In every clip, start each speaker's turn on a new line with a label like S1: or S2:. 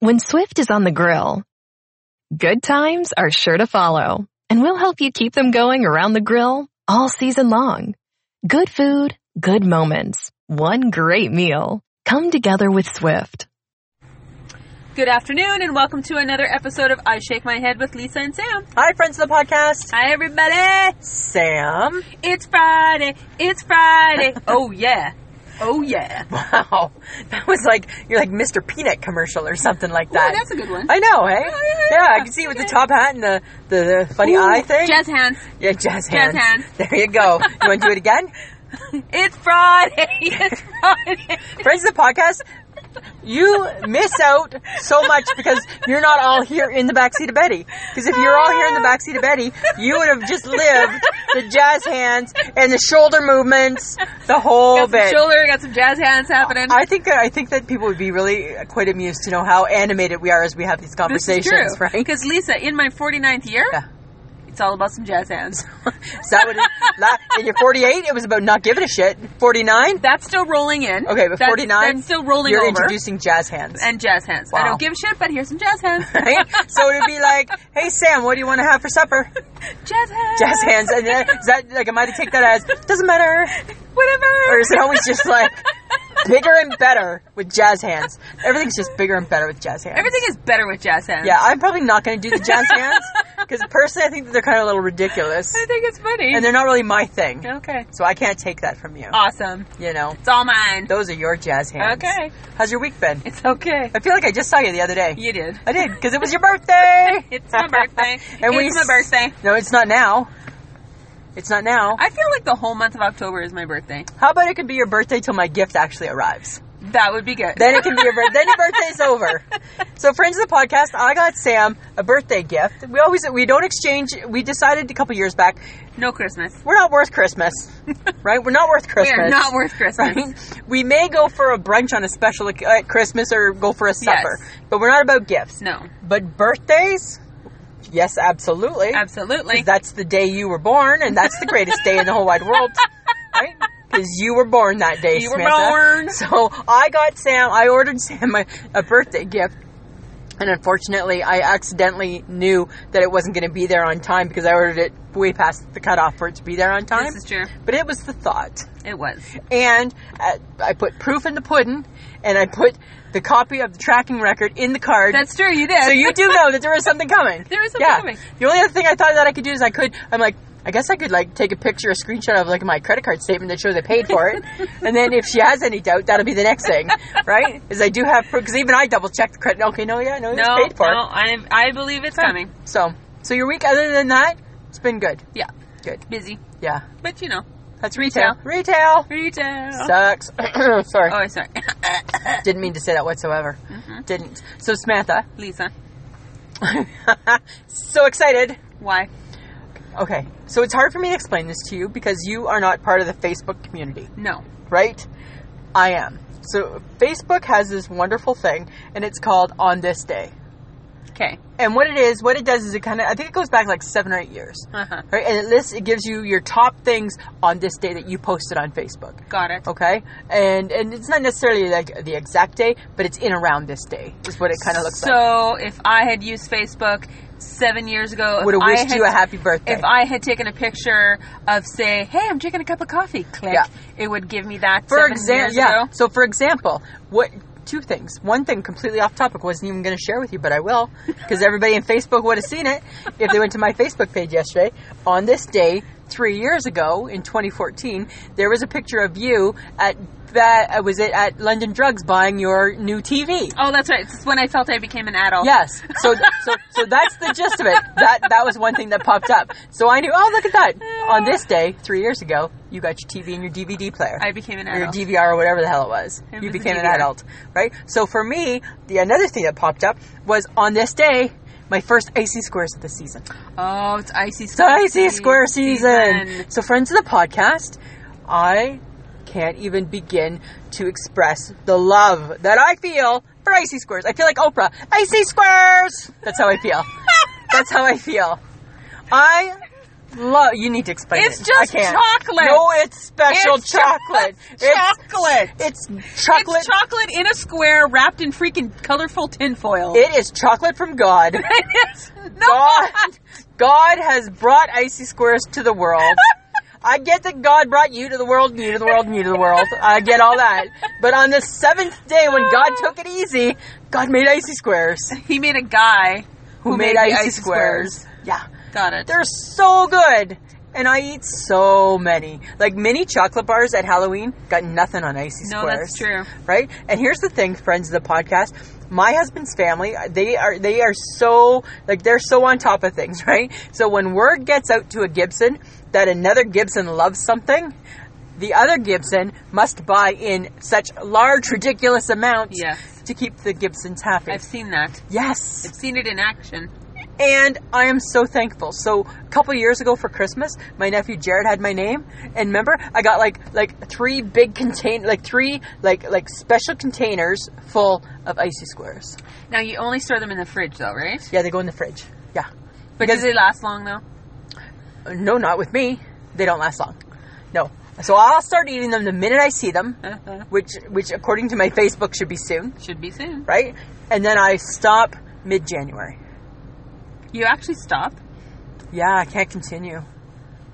S1: When Swift is on the grill, good times are sure to follow, and we'll help you keep them going around the grill all season long. Good food, good moments, one great meal. Come together with Swift.
S2: Good afternoon, and welcome to another episode of I Shake My Head with Lisa and Sam.
S3: Hi, friends of the podcast.
S2: Hi, everybody!
S3: Sam.
S2: It's Friday! It's Friday! oh, yeah! Oh, yeah!
S3: Wow, that was like you're like Mr. Peanut commercial or something like
S2: Oh,
S3: that.
S2: that's a good one.
S3: I know,
S2: yeah,
S3: eh?
S2: yeah,
S3: yeah, I
S2: yeah.
S3: can see with the
S2: Okay.
S3: top hat and the the, the funny
S2: Ooh,
S3: eye thing.
S2: Jazz hands.
S3: yeah, jazz
S2: jazz
S3: hands.
S2: hands.
S3: There you go. You want to do it again?
S2: It's Friday! It's Friday!
S3: Friends of the podcast, you miss out so much because you're not all here in the backseat of Betty. Because if you're all here in the backseat of Betty, you would have just lived the jazz hands and the shoulder movements, the whole
S2: got some
S3: bit.
S2: shoulder, got some jazz hands happening.
S3: I think uh, I think that people would be really uh, quite amused to know how animated we are as we have
S2: this
S3: these
S2: is
S3: conversations,
S2: true.
S3: right?
S2: Because, Lisa, in my 49th year,
S3: Yeah.
S2: it's all about some jazz hands.
S3: Is that what it, la- in your 48, it was about not giving a shit. 49?
S2: That's still rolling in.
S3: Okay, but
S2: That's-
S3: 49,
S2: That's still rolling
S3: You're
S2: over.
S3: introducing jazz hands.
S2: and jazz hands. I
S3: Wow.
S2: don't give a shit, but here's some jazz hands.
S3: right? So it would be like, hey, Sam, what do you want to have for supper?
S2: Jazz hands!
S3: Jazz hands. And then, is that, like, am I to take that as, doesn't matter?
S2: Whatever!
S3: Or is it always just like, bigger and better with jazz hands? Everything's just bigger and better with jazz hands.
S2: Everything is better with jazz hands.
S3: Yeah, I'm probably not going to do the jazz hands because personally, I think that they're kind of a little ridiculous.
S2: I think it's funny.
S3: and they're not really my thing.
S2: okay.
S3: So I can't take that from you.
S2: Uh, Awesome.
S3: You know,
S2: It's all mine.
S3: those are your jazz hands.
S2: Okay.
S3: How's your week been?
S2: It's okay.
S3: I feel like I just saw you the other day.
S2: You did.
S3: I did because it was your birthday.
S2: It's my birthday.
S3: And we
S2: it's my
S3: s-
S2: birthday.
S3: no, it's not now. It's not now.
S2: I feel like the whole month of October is my birthday.
S3: How about it could be your birthday till my gift actually arrives?
S2: That would be good.
S3: Then it can be your birthday. then your birthday's over. So, friends of the podcast, I got Sam a birthday gift. We always we don't exchange. We decided a couple years back
S2: no Christmas.
S3: we're not worth Christmas, right? We're not worth Christmas.
S2: We are not worth Christmas.
S3: Right? We may go for a brunch on a special oc- at Christmas or go for a supper,
S2: Yes.
S3: but we're not about gifts.
S2: No.
S3: But birthdays, yes, absolutely. 'Cause
S2: Absolutely.
S3: That's the day you were born, and that's the greatest day in the whole wide world, right? Because you were born that day,
S2: You were
S3: Samantha.
S2: born.
S3: So I got Sam. I ordered Sam a, a birthday gift. And unfortunately, I accidentally knew that it wasn't going to be there on time because I ordered it way past the cutoff for it to be there on time.
S2: This is true.
S3: But it was the thought.
S2: It was.
S3: And uh, I put proof in the pudding, and I put the copy of the tracking record in the card.
S2: That's true. You did.
S3: so you do know that there was something coming.
S2: There is something
S3: Yeah.
S2: coming.
S3: The only other thing I thought that I could do is I could. I'm like, I guess I could like take a picture, a screenshot of like my credit card statement that shows I paid for it, and then if she has any doubt, that'll be the next thing, right? Is I do have proof because even I double checked the credit. Okay, no, yeah, no, it's
S2: No,
S3: paid for.
S2: no, I, I believe it's coming.
S3: So, so your week other than that, it's been good.
S2: Yeah.
S3: Good.
S2: Busy.
S3: Yeah,
S2: But you know.
S3: that's retail. Retail,
S2: Retail.
S3: sucks. Sorry.
S2: oh, sorry.
S3: Didn't mean to say that whatsoever. Didn't. So, Samantha,
S2: Lisa.
S3: so excited.
S2: Why?
S3: Okay, so it's hard for me to explain this to you because you are not part of the Facebook community,
S2: No.
S3: right? I am. So, Facebook has this wonderful thing, and it's called On This Day.
S2: Okay.
S3: And what it is, what it does is it kind of, I think it goes back like seven or eight years.
S2: Uh-huh.
S3: Right? And it lists, it gives you your top things on this day that you posted on Facebook.
S2: Got it.
S3: Okay? And and it's not necessarily like the exact day, but it's in around this day, is what it kind of looks like.
S2: So if I had used Facebook seven years ago, if
S3: would have
S2: I
S3: wished
S2: had-
S3: you a happy birthday.
S2: If I had taken a picture of, say, hey, I'm drinking a cup of coffee, click,
S3: Yeah.
S2: it would give me that.
S3: for
S2: seven
S3: example,
S2: years
S3: yeah.
S2: ago.
S3: So for example, what two things. One thing completely off topic wasn't even going to share with you, but I will because everybody in Facebook would have seen it if they went to my Facebook page yesterday. On this day, three years ago in 2014, there was a picture of you at that uh, was it at London Drugs buying your new TV.
S2: Oh, that's right. This is when I felt I became an adult.
S3: Yes. So so so that's the gist of it. That that was one thing that popped up. So I knew, oh look at that. On this day, three years ago, you got your TV and your DVD player.
S2: I became an
S3: or your
S2: adult.
S3: DVR or whatever the hell it was.
S2: It
S3: you
S2: was a
S3: became an
S2: DVR.
S3: adult, right? So for me, the another thing that popped up was on this day, my first icy squares of the season.
S2: oh, it's icy
S3: So
S2: square.
S3: icy square season. So friends of the podcast, I can't even begin to express the love that I feel for icy squares. I feel like Oprah. Icy squares. That's how I feel. That's how I feel. I love. You need to explain
S2: It's
S3: it.
S2: just
S3: I can't.
S2: chocolate.
S3: No, it's special
S2: It's
S3: chocolate.
S2: just chocolate.
S3: It's, it's chocolate.
S2: It's chocolate in a square wrapped in freaking colorful tinfoil.
S3: it is chocolate from God.
S2: It's
S3: God, God has brought icy squares to the world. I get that God brought you to the world, and you to the world, and you to the world. I get all that. But on the seventh day, when God took it easy, God made icy squares.
S2: He made a guy
S3: Who,
S2: made
S3: made,
S2: the
S3: icy,
S2: icy
S3: squares?
S2: squares.
S3: Yeah,
S2: Got it.
S3: they're so good, and I eat so many. Like mini chocolate bars at Halloween, got nothing on icy
S2: No,
S3: squares
S2: that's true.
S3: right? And here's the thing, friends of the podcast. My husband's family, they are they are so like they're so on top of things, right? So when word gets out to a Gibson that another Gibson loves something, the other Gibson must buy in such large, ridiculous amounts
S2: Yes.
S3: to keep the Gibsons happy.
S2: I've seen that.
S3: yes
S2: I've seen it in action.
S3: and I am so thankful. So a couple years ago for Christmas, my nephew Jared had my name, and remember, I got like like three big contain like three like like special containers full of icy squares.
S2: Now you only store them in the fridge, though, right?
S3: Yeah, they go in the fridge. Yeah,
S2: But do they last long though?
S3: no, not with me. They don't last long. No. So I'll start eating them the minute I see them,
S2: Uh-huh.
S3: which which according to my Facebook should be soon,
S2: Should be soon.
S3: right? And then I stop mid January.
S2: You actually stop.
S3: Yeah, I can't continue.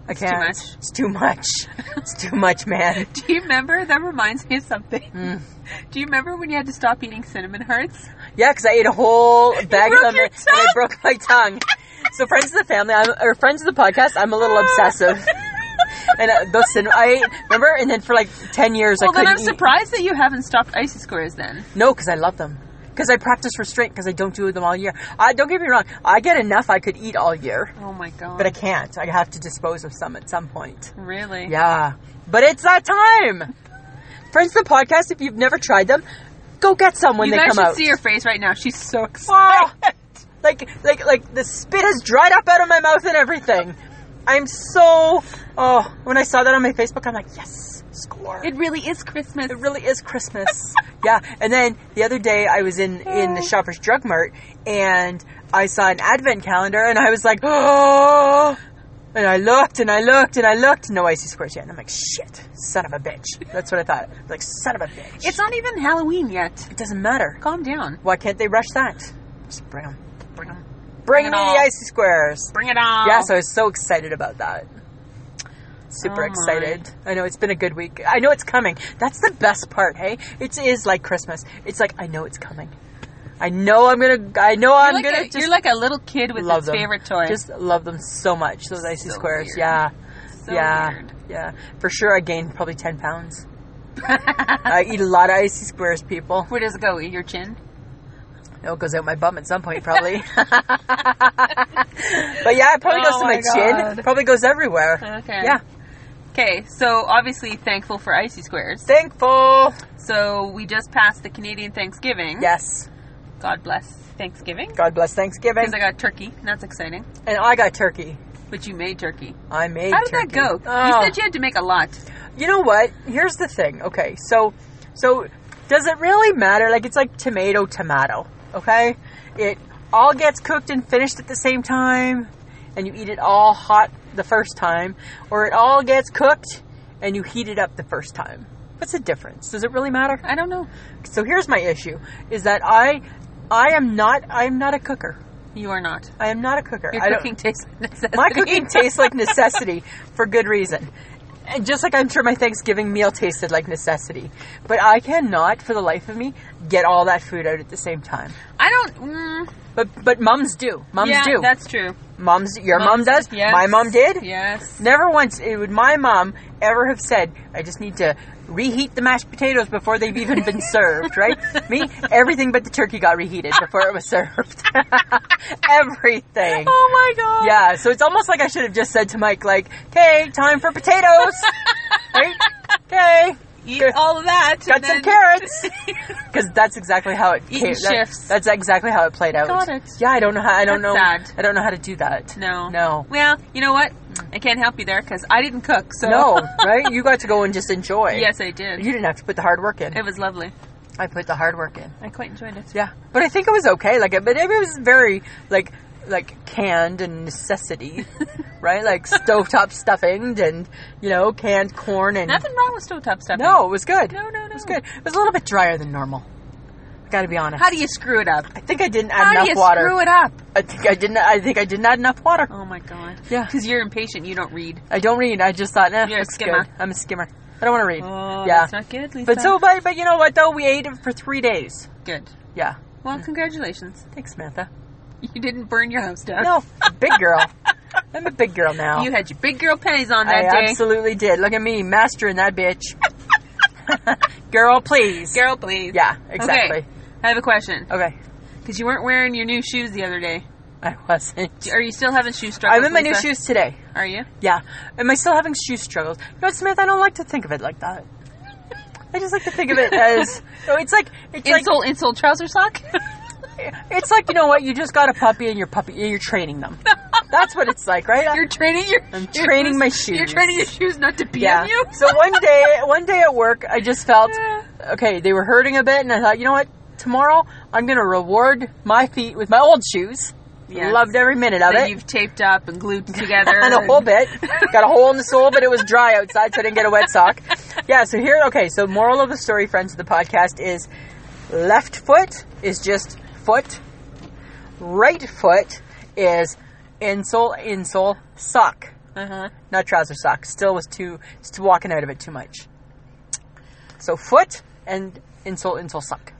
S3: I
S2: too
S3: can't.
S2: much.
S3: It's too much. It's too much, man.
S2: Do you remember? That reminds me of something.
S3: Hmm.
S2: Do you remember when you had to stop eating cinnamon hearts?
S3: Yeah, because I ate a whole bag of
S2: broke
S3: them
S2: your
S3: and I broke my tongue. So friends of the family, I'm, or friends of the podcast, I'm a little obsessive. And uh, those cinnamon, I ate, remember, and then for like ten years
S2: Well,
S3: I
S2: then
S3: couldn't
S2: I'm
S3: eat.
S2: surprised that you haven't stopped icy squares. Then
S3: No, because I love them. Because I practice restraint. Because I don't do them all year. I don't get me wrong. I get enough I could eat all year,
S2: oh my god!
S3: but I can't. I have to dispose of some at some point.
S2: really?
S3: Yeah, but it's that time. Friends of the podcast, if you've never tried them, go get some when
S2: you
S3: they
S2: guys
S3: come
S2: should
S3: out.
S2: see her face right now. She's so excited.
S3: Ah! like like like the spit has dried up out of my mouth and everything. I'm so oh when I saw that on my Facebook I'm like yes score.
S2: It really is Christmas.
S3: It really is Christmas. yeah, and then the other day I was in in the Shoppers Drug Mart and I saw an advent calendar and I was like oh and I looked and I looked and I looked no icy squares yet and I'm like shit son of a bitch that's what I thought like son of a bitch
S2: It's not even Halloween yet.
S3: it doesn't matter
S2: Calm down.
S3: why can't they rush that just bring 'em.
S2: Bring 'em.
S3: bring
S2: it
S3: me
S2: on.
S3: the icy squares
S2: Bring it on.
S3: Yeah, so I was so excited about that. Super
S2: Oh, my.
S3: excited. I know it's been a good week. I know it's coming. That's the best part, hey? It is like Christmas. It's like I know it's coming. I know I'm gonna I know I'm
S2: you're like,
S3: gonna
S2: a,
S3: just
S2: you're like a little kid with
S3: love
S2: his
S3: them.
S2: favorite toy.
S3: Just love them so much, those icy
S2: So
S3: squares.
S2: weird.
S3: Yeah.
S2: so
S3: yeah.
S2: weird.
S3: Yeah. For sure I gained probably ten pounds. I eat a lot of icy squares, people.
S2: Where does it go? Your chin?
S3: No, it goes out my bum at some point, probably. but yeah, it probably
S2: Oh
S3: goes to
S2: my
S3: my, chin.
S2: God.
S3: Probably goes everywhere.
S2: Okay.
S3: Yeah.
S2: Okay, so obviously thankful for icy squares.
S3: Thankful.
S2: So we just passed the Canadian Thanksgiving.
S3: Yes.
S2: God bless Thanksgiving.
S3: God bless Thanksgiving.
S2: Because I got turkey. and That's exciting.
S3: and I got turkey.
S2: But you made turkey.
S3: I made
S2: How did
S3: turkey.
S2: that go?
S3: Oh.
S2: You said you had to make a lot.
S3: You know what? Here's the thing. Okay, so so does it really matter? Like it's like tomato tomato. Okay? It all gets cooked and finished at the same time and you eat it all hot the first time or it all gets cooked and you heat it up the first time. What's the difference? Does it really matter?
S2: I don't know.
S3: So here's my issue is that I I am not I'm not a cooker.
S2: You are not.
S3: I am not a cooker.
S2: Your
S3: I don't-
S2: cooking tastes like necessity.
S3: My cooking tastes like necessity for good reason. And just like I'm sure my Thanksgiving meal tasted like necessity, but I cannot, for the life of me, get all that food out at the same time.
S2: I don't. Mm,
S3: But but mums do. Mums
S2: yeah,
S3: do.
S2: that's true.
S3: Mums. Your mom
S2: Mums-
S3: does.
S2: yes.
S3: My mom did.
S2: Yes.
S3: Never once it would my mom ever have said, "I just need to reheat the mashed potatoes before they've even been served." Right? Me, everything but the turkey got reheated before it was served. everything.
S2: Oh my god.
S3: Yeah, so it's almost like I should have just said to Mike, like, "Okay, time for potatoes." right? Okay,
S2: Eat
S3: Good.
S2: all of that.
S3: got
S2: and then-
S3: some carrots. Because that's exactly how it
S2: Eating
S3: that-
S2: shifts.
S3: that's exactly how it played out.
S2: Got it.
S3: Yeah, I don't know how. I don't
S2: That's
S3: know.
S2: sad.
S3: I don't know how to do that.
S2: No.
S3: No.
S2: Well, you know what? I can't help you there because I didn't cook. So
S3: No, right? You got to go and just enjoy.
S2: yes, I did.
S3: You didn't have to put the hard work in.
S2: It was lovely.
S3: I put the hard work in.
S2: I quite enjoyed it.
S3: Yeah, but I think it was okay. Like, it- but it was very like like canned and necessity, right? Like stovetop stuffing and you know canned corn and
S2: Nothing wrong with stovetop stuffing.
S3: no, it was good.
S2: No, no, no.
S3: It was good. It was a little bit drier than normal. I gotta be honest.
S2: How do you screw it up?
S3: I think I didn't add
S2: How
S3: enough
S2: do you
S3: water.
S2: screw it up?
S3: I think I didn't. I think I didn't add enough water.
S2: Oh my god.
S3: Yeah.
S2: Because you're impatient. You don't read.
S3: I don't read. I just thought, eh,
S2: You're a
S3: looks
S2: skimmer.
S3: good. I'm a skimmer. I don't want to read.
S2: Oh,
S3: yeah.
S2: that's not good, Lisa.
S3: but so, but, but you know what though? We ate it for three days.
S2: good.
S3: Yeah.
S2: Well, congratulations.
S3: Thanks, Samantha.
S2: You didn't burn your house down.
S3: No, big girl. I'm a big girl now.
S2: You had your big girl panties on
S3: I
S2: that day.
S3: absolutely did. Look at me, mastering that bitch. girl, please.
S2: Girl, please.
S3: Yeah, exactly.
S2: Okay. I have a question.
S3: Okay.
S2: Because you weren't wearing your new shoes the other day.
S3: I wasn't.
S2: Are you still having shoe struggles?
S3: I'm in my new
S2: Lisa?
S3: shoes today.
S2: Are you?
S3: Yeah. Am I still having shoe struggles? You know what, Samantha? I don't like to think of it like that. I just like to think of it as so it's like it's like
S2: insole, insole, trouser sock?
S3: it's like you know what you just got a puppy and your puppy you're training them. That's what it's like, right?
S2: You're training your
S3: I'm
S2: shoes.
S3: training my shoes.
S2: You're training your shoes not to be
S3: yeah.
S2: on you?
S3: So one day, one day at work, I just felt
S2: Yeah.
S3: okay. They were hurting a bit, and I thought, you know what? Tomorrow, I'm going to reward my feet with my old shoes.
S2: Yes.
S3: Loved every minute of
S2: that
S3: it.
S2: you've taped up and glued together.
S3: And a whole bit. Got a hole in the sole, but it was dry outside, so I didn't get a wet sock. Yeah, so here, okay, so moral of the story, friends of the podcast, is left foot is just foot, right foot is insole, insole, sock.
S2: Uh-huh.
S3: Not trouser sock. Still was too, just walking out of it too much. So foot and insole, insole, sock.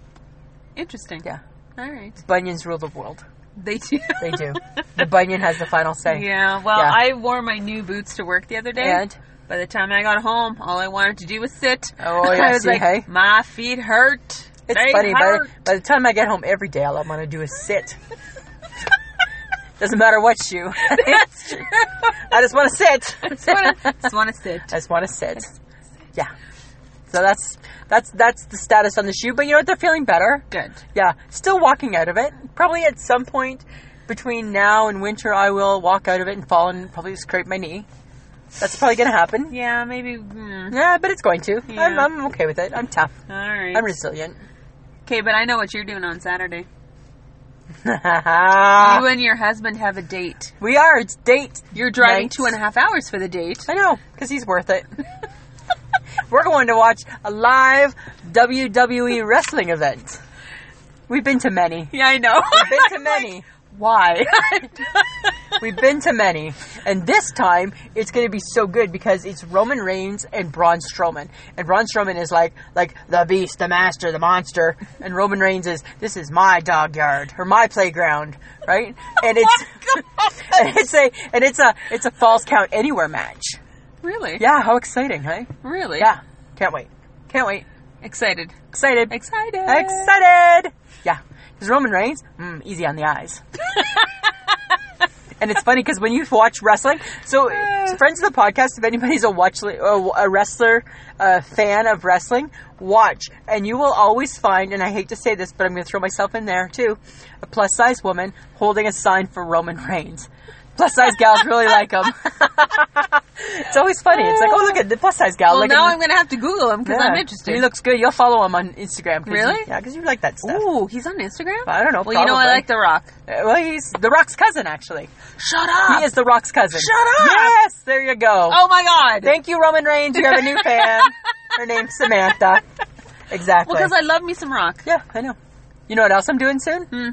S2: Interesting.
S3: Yeah.
S2: All right.
S3: Bunions rule the world.
S2: They do.
S3: They do. the bunion has the final say.
S2: Yeah, well,
S3: Yeah.
S2: I wore my new boots to work the other day.
S3: And?
S2: by the time I got home, all I wanted to do was sit.
S3: Oh, yeah,
S2: I was
S3: see,
S2: like,
S3: hey?
S2: my feet hurt.
S3: It's
S2: They
S3: funny, by,
S2: hurt.
S3: by the time I get home every day, all I want to do is sit. Doesn't matter what shoe.
S2: That's true.
S3: I just want to sit. I
S2: just wanna- just want to sit.
S3: just want to sit. Yeah. So that's that's that's the status on the shoe. But you know what? They're feeling better.
S2: Good.
S3: Yeah. Still walking out of it. Probably at some point between now and winter, I will walk out of it and fall and probably scrape my knee. That's probably going to happen.
S2: Yeah, maybe. Mm,
S3: Yeah, but it's going to. I'm,
S2: Yeah.
S3: I'm okay with it. I'm tough.
S2: all right.
S3: I'm resilient.
S2: okay, but I know what you're doing on Saturday.
S3: Uh,
S2: you and your husband have a date.
S3: we are. It's date.
S2: You're driving
S3: Nice.
S2: two and a half hours for the date.
S3: I know, because he's worth it. We're going to watch a live WWE wrestling event. We've been to many.
S2: Yeah, I know.
S3: We've been to many. Why? We've been to many. And this time, it's going to be so good because it's Roman Reigns and Braun Strowman. And Braun Strowman is like, like the beast, the master, the monster. And Roman Reigns is, this is my dog yard or my playground, right? And it's, and it's a, and it's a, it's a false count anywhere match.
S2: really?
S3: Yeah, how exciting, hey?
S2: Really?
S3: Yeah, can't wait. Can't wait.
S2: Excited.
S3: Excited.
S2: Excited.
S3: Excited. Yeah, because Roman Reigns, mm, easy on the eyes. and it's funny because when you watch wrestling, so friends of the podcast, if anybody's a watch li- a a wrestler, a fan of wrestling, watch, and you will always find. And I hate to say this, but I'm going to throw myself in there too. A plus size woman holding a sign for Roman Reigns. Plus size gals really like him. it's always funny. It's like, oh look at the plus size gal.
S2: Well,
S3: look at
S2: now
S3: the-
S2: I'm going to have to Google him because I'm
S3: yeah.
S2: interested.
S3: He looks good. You'll follow him on Instagram. 'cause
S2: Really?
S3: You, yeah, because you like that stuff.
S2: Ooh, he's on Instagram?
S3: I don't know,
S2: Well, you know, I
S3: probably.
S2: like The Rock.
S3: Uh, Well, he's The Rock's cousin, actually.
S2: Shut up!
S3: He is The Rock's cousin.
S2: Ah. Shut up!
S3: Yes, there you go.
S2: oh my god!
S3: Thank you, Roman Reigns. You have a new fan. Her name's Samantha. Exactly.
S2: well, because I love me some rock.
S3: yeah, I know. You know what else I'm doing soon?
S2: Hmm.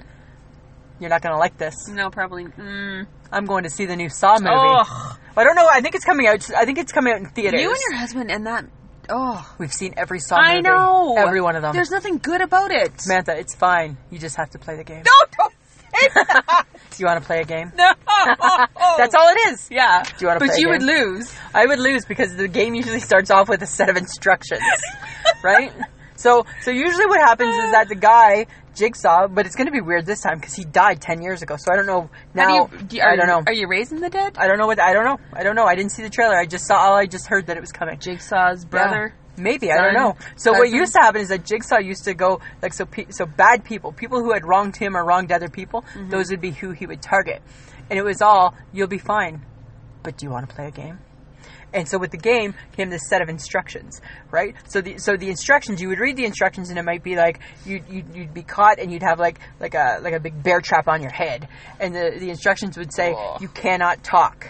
S3: You're not going to like this.
S2: No, probably. Mm.
S3: I'm going to see the new Saw movie.
S2: Ugh.
S3: I don't know. I think it's coming out. I think it's coming out in theaters.
S2: Oh. You and your husband and that. Oh,
S3: We've seen every Saw movie.
S2: I know.
S3: Every one of them.
S2: There's nothing good about it.
S3: Samantha, it's fine. You just have to play the game.
S2: No, don't say that.
S3: Do you want to play a game?
S2: no.
S3: That's all it is.
S2: Yeah.
S3: you wanna
S2: but
S3: play a
S2: you would
S3: game?
S2: lose.
S3: I would lose because the game usually starts off with a set of instructions, right? So, so usually what happens is that the guy Jigsaw, but it's going to be weird this time because he died ten years ago. So I don't know
S2: How
S3: now.
S2: do you, do you- are,
S3: I don't know.
S2: Are you raising the dead?
S3: I don't know what I don't know. I don't know. I didn't see the trailer. I just saw all. I just heard that it was coming.
S2: Jigsaw's brother.
S3: Yeah. Maybe I don't
S2: son,
S3: know. So what
S2: cousin.
S3: used to happen is that Jigsaw used to go like so. Pe- so bad people, people who had wronged him or wronged other people, those would be who he would target. And it was all you'll be fine, but do you want to play a game? And so with the game came this set of instructions, right? So the so the instructions you would read the instructions and it might be like you you you'd be caught and you'd have like like a like a big bear trap on your head, and the the instructions would say you cannot talk,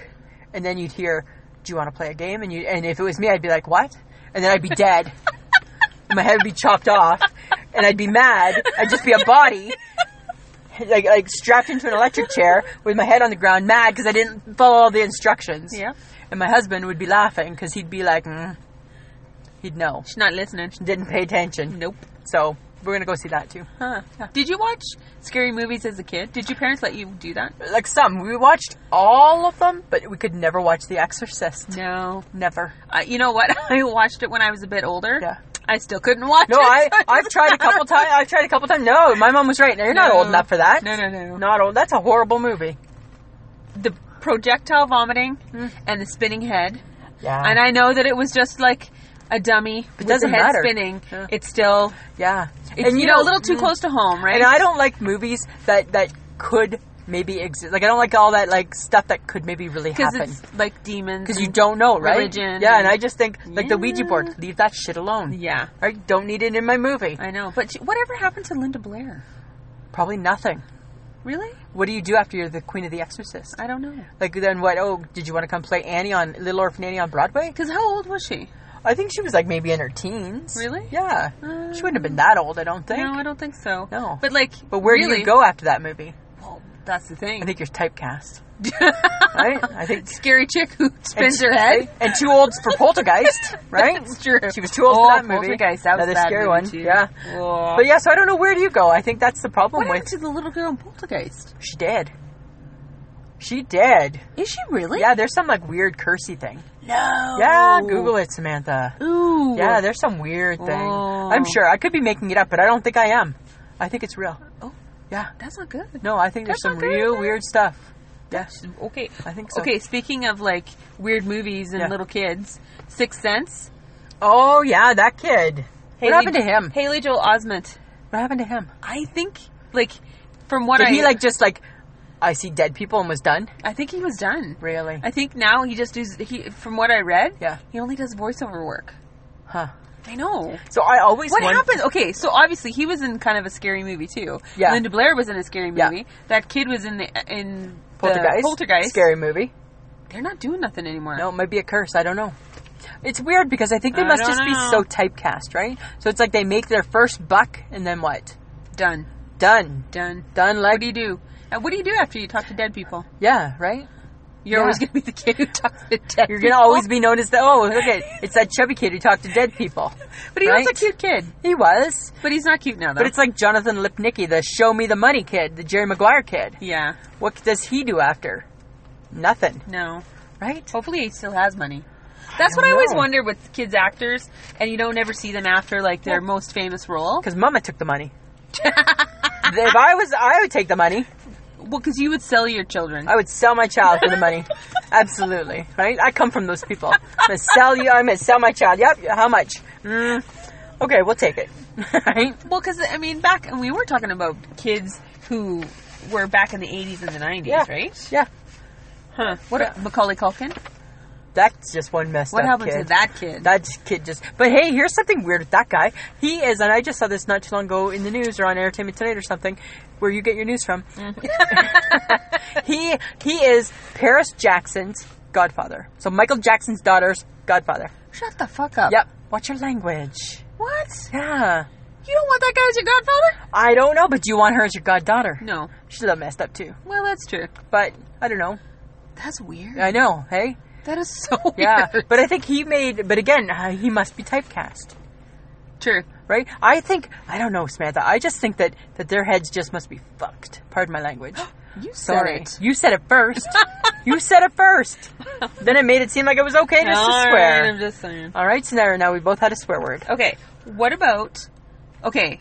S3: and then you'd hear, do you want to play a game? And you and if it was me, I'd be like what? And then I'd be dead. My head would be chopped off, and I'd be mad. I'd just be a body. Like, like strapped into an electric chair with my head on the ground, mad because I didn't follow all the instructions.
S2: Yeah.
S3: And my husband would be laughing because he'd be like, mm. he'd know.
S2: She's not listening.
S3: Didn't pay attention.
S2: Nope.
S3: So we're going to go see that too.
S2: Huh. Did you watch scary movies as a kid? Did your parents let you do that?
S3: Like some. We watched all of them, but we could never watch The Exorcist.
S2: No.
S3: Never.
S2: Uh, you know what? I watched it when I was a bit older.
S3: Yeah.
S2: I still couldn't watch
S3: No,
S2: it.
S3: I,
S2: so it
S3: I've
S2: doesn't
S3: tried a couple
S2: matter.
S3: times. I've tried a couple times. No, my mom was right. No, you're not
S2: No.
S3: old enough for that.
S2: No, no, no.
S3: Not old. That's a horrible movie.
S2: The projectile vomiting
S3: Hmm.
S2: and the spinning head.
S3: Yeah.
S2: And I know that it was just like a dummy with
S3: doesn't
S2: the head
S3: matter.
S2: spinning.
S3: Yeah.
S2: It's still,
S3: Yeah.
S2: it's, you, know, a little too
S3: mm.
S2: close to home, right?
S3: And I don't like movies that that could maybe exist. Like I don't like all that like stuff that could maybe really
S2: because
S3: happen.
S2: it's like demons.
S3: Because you
S2: and-
S3: don't know, right?
S2: religion
S3: Yeah, and
S2: and-
S3: I just think like the Ouija
S2: Yeah.
S3: board. Leave that shit alone.
S2: Yeah,
S3: I don't need it in my movie.
S2: I know. But she- whatever happened to Linda Blair?
S3: Probably nothing.
S2: Really?
S3: What do you do after you're the Queen of the Exorcist?
S2: I don't know.
S3: Like then what? Oh, did you want to come play Annie on Little Orphan Annie on Broadway?
S2: Because how old was she?
S3: I think she was like maybe in her teens.
S2: Really?
S3: Yeah.
S2: Um,
S3: she wouldn't have been that old, I don't think.
S2: No, I don't think so.
S3: No.
S2: But like,
S3: But where do
S2: really,
S3: you go after that movie?
S2: Well, that's the thing.
S3: I think you're typecast. right? I think
S2: Scary chick who spins
S3: And-
S2: her head.
S3: And too old for Poltergeist, right?
S2: That's true.
S3: She was too old
S2: Oh,
S3: for that movie.
S2: Poltergeist, that was
S3: Another
S2: a bad
S3: scary
S2: movie,
S3: one.
S2: too.
S3: Yeah.
S2: Whoa.
S3: But yeah, so I don't know where do you go. I think that's the
S2: what
S3: problem
S2: happened
S3: with
S2: to the little girl in Poltergeist?
S3: she did. She did.
S2: Is she really?
S3: Yeah, there's some like weird cursy thing.
S2: No.
S3: Yeah, Google it, Samantha.
S2: Ooh.
S3: Yeah, there's some weird thing.
S2: Oh.
S3: I'm sure. I could be making it up, but I don't think I am. I think it's real.
S2: Oh.
S3: Yeah.
S2: That's not good.
S3: No, I think there's
S2: That's
S3: some
S2: not good,
S3: real
S2: man.
S3: weird stuff. Yeah.
S2: Okay.
S3: I think so.
S2: Okay, speaking of like weird movies and
S3: Yeah.
S2: little kids, Sixth Sense.
S3: Oh yeah, that kid.
S2: Haley-
S3: happened to him?
S2: Haley Joel Osment.
S3: What happened to him?
S2: I think like from what
S3: Did
S2: I
S3: he like just like I see dead people and was done?
S2: I think he was done.
S3: Really?
S2: I think now he just does he from what I read,
S3: Yeah.
S2: he only does voiceover work.
S3: Huh.
S2: I know.
S3: So I always
S2: What
S3: won-
S2: happened? Okay, so obviously he was in kind of a scary movie too.
S3: Yeah.
S2: Linda Blair was in a scary
S3: Yeah.
S2: movie. That kid was in the in the
S3: Poltergeist.
S2: Poltergeist.
S3: Scary movie.
S2: They're not doing nothing anymore.
S3: No, it might be a curse. I don't know. It's weird because I think they
S2: I
S3: must
S2: don't
S3: just be
S2: know.
S3: so typecast, right? So it's like they make their first buck and then what?
S2: Done.
S3: Done.
S2: Done.
S3: Done like
S2: What do you do? Uh, what do you do after you talk to dead people?
S3: yeah, right?
S2: You're
S3: Yeah.
S2: always going to be the kid who talks to dead.
S3: You're gonna always be known as the oh look at it's that chubby kid who talked to dead people.
S2: But he was a
S3: right?
S2: cute kid.
S3: He was,
S2: But he's not cute now, though.
S3: but it's like Jonathan Lipnicki, the Show Me the Money kid, the Jerry Maguire kid.
S2: yeah.
S3: What does he do after? Nothing,
S2: No.
S3: right?
S2: Hopefully, he still has money. That's
S3: don't
S2: what I always
S3: know.
S2: wonder with kids actors, and you don't ever see them after like their most famous role.
S3: Because Mama took the money. if I was, I would take the money.
S2: Well, because you would sell your children.
S3: I would sell my child for the money. Absolutely, right? I come from those people. I'm gonna sell you. I'm gonna sell my child. Yep. How much? Mm, okay, we'll take it. right?
S2: Well, because I mean, back and we were talking about kids who were back in the '80s and the '90s,
S3: Yeah.
S2: right?
S3: Yeah.
S2: Huh. What a- Macaulay Culkin?
S3: That's just one messed
S2: What
S3: up
S2: happened
S3: kid.
S2: to that kid?
S3: That kid just. But hey, here's something weird with that guy. He is, and I just saw this not too long ago in the news or on Entertainment Tonight or something, where you get your news from.
S2: Mm-hmm.
S3: he he is Paris Jackson's godfather. So Michael Jackson's daughter's godfather.
S2: Shut the fuck up.
S3: Yep. Watch your language.
S2: What?
S3: Yeah.
S2: You don't want that guy as your godfather?
S3: I don't know, but do you want her as your goddaughter?
S2: No.
S3: She's a little messed up too.
S2: Well, that's true.
S3: But I don't know.
S2: That's weird.
S3: I know. Hey.
S2: That is so
S3: Yeah.
S2: weird.
S3: but I think he made. But again, uh, he must be typecast,
S2: True.
S3: right? I think. I don't know, Samantha. I just think that that their heads just must be fucked. Pardon my language.
S2: You
S3: Sorry. You said it first. you said it first. Then it made it seem like it was okay just
S2: All
S3: to
S2: right,
S3: swear.
S2: I'm just saying.
S3: All right, so now, now we both had a swear word.
S2: Okay, what about? Okay,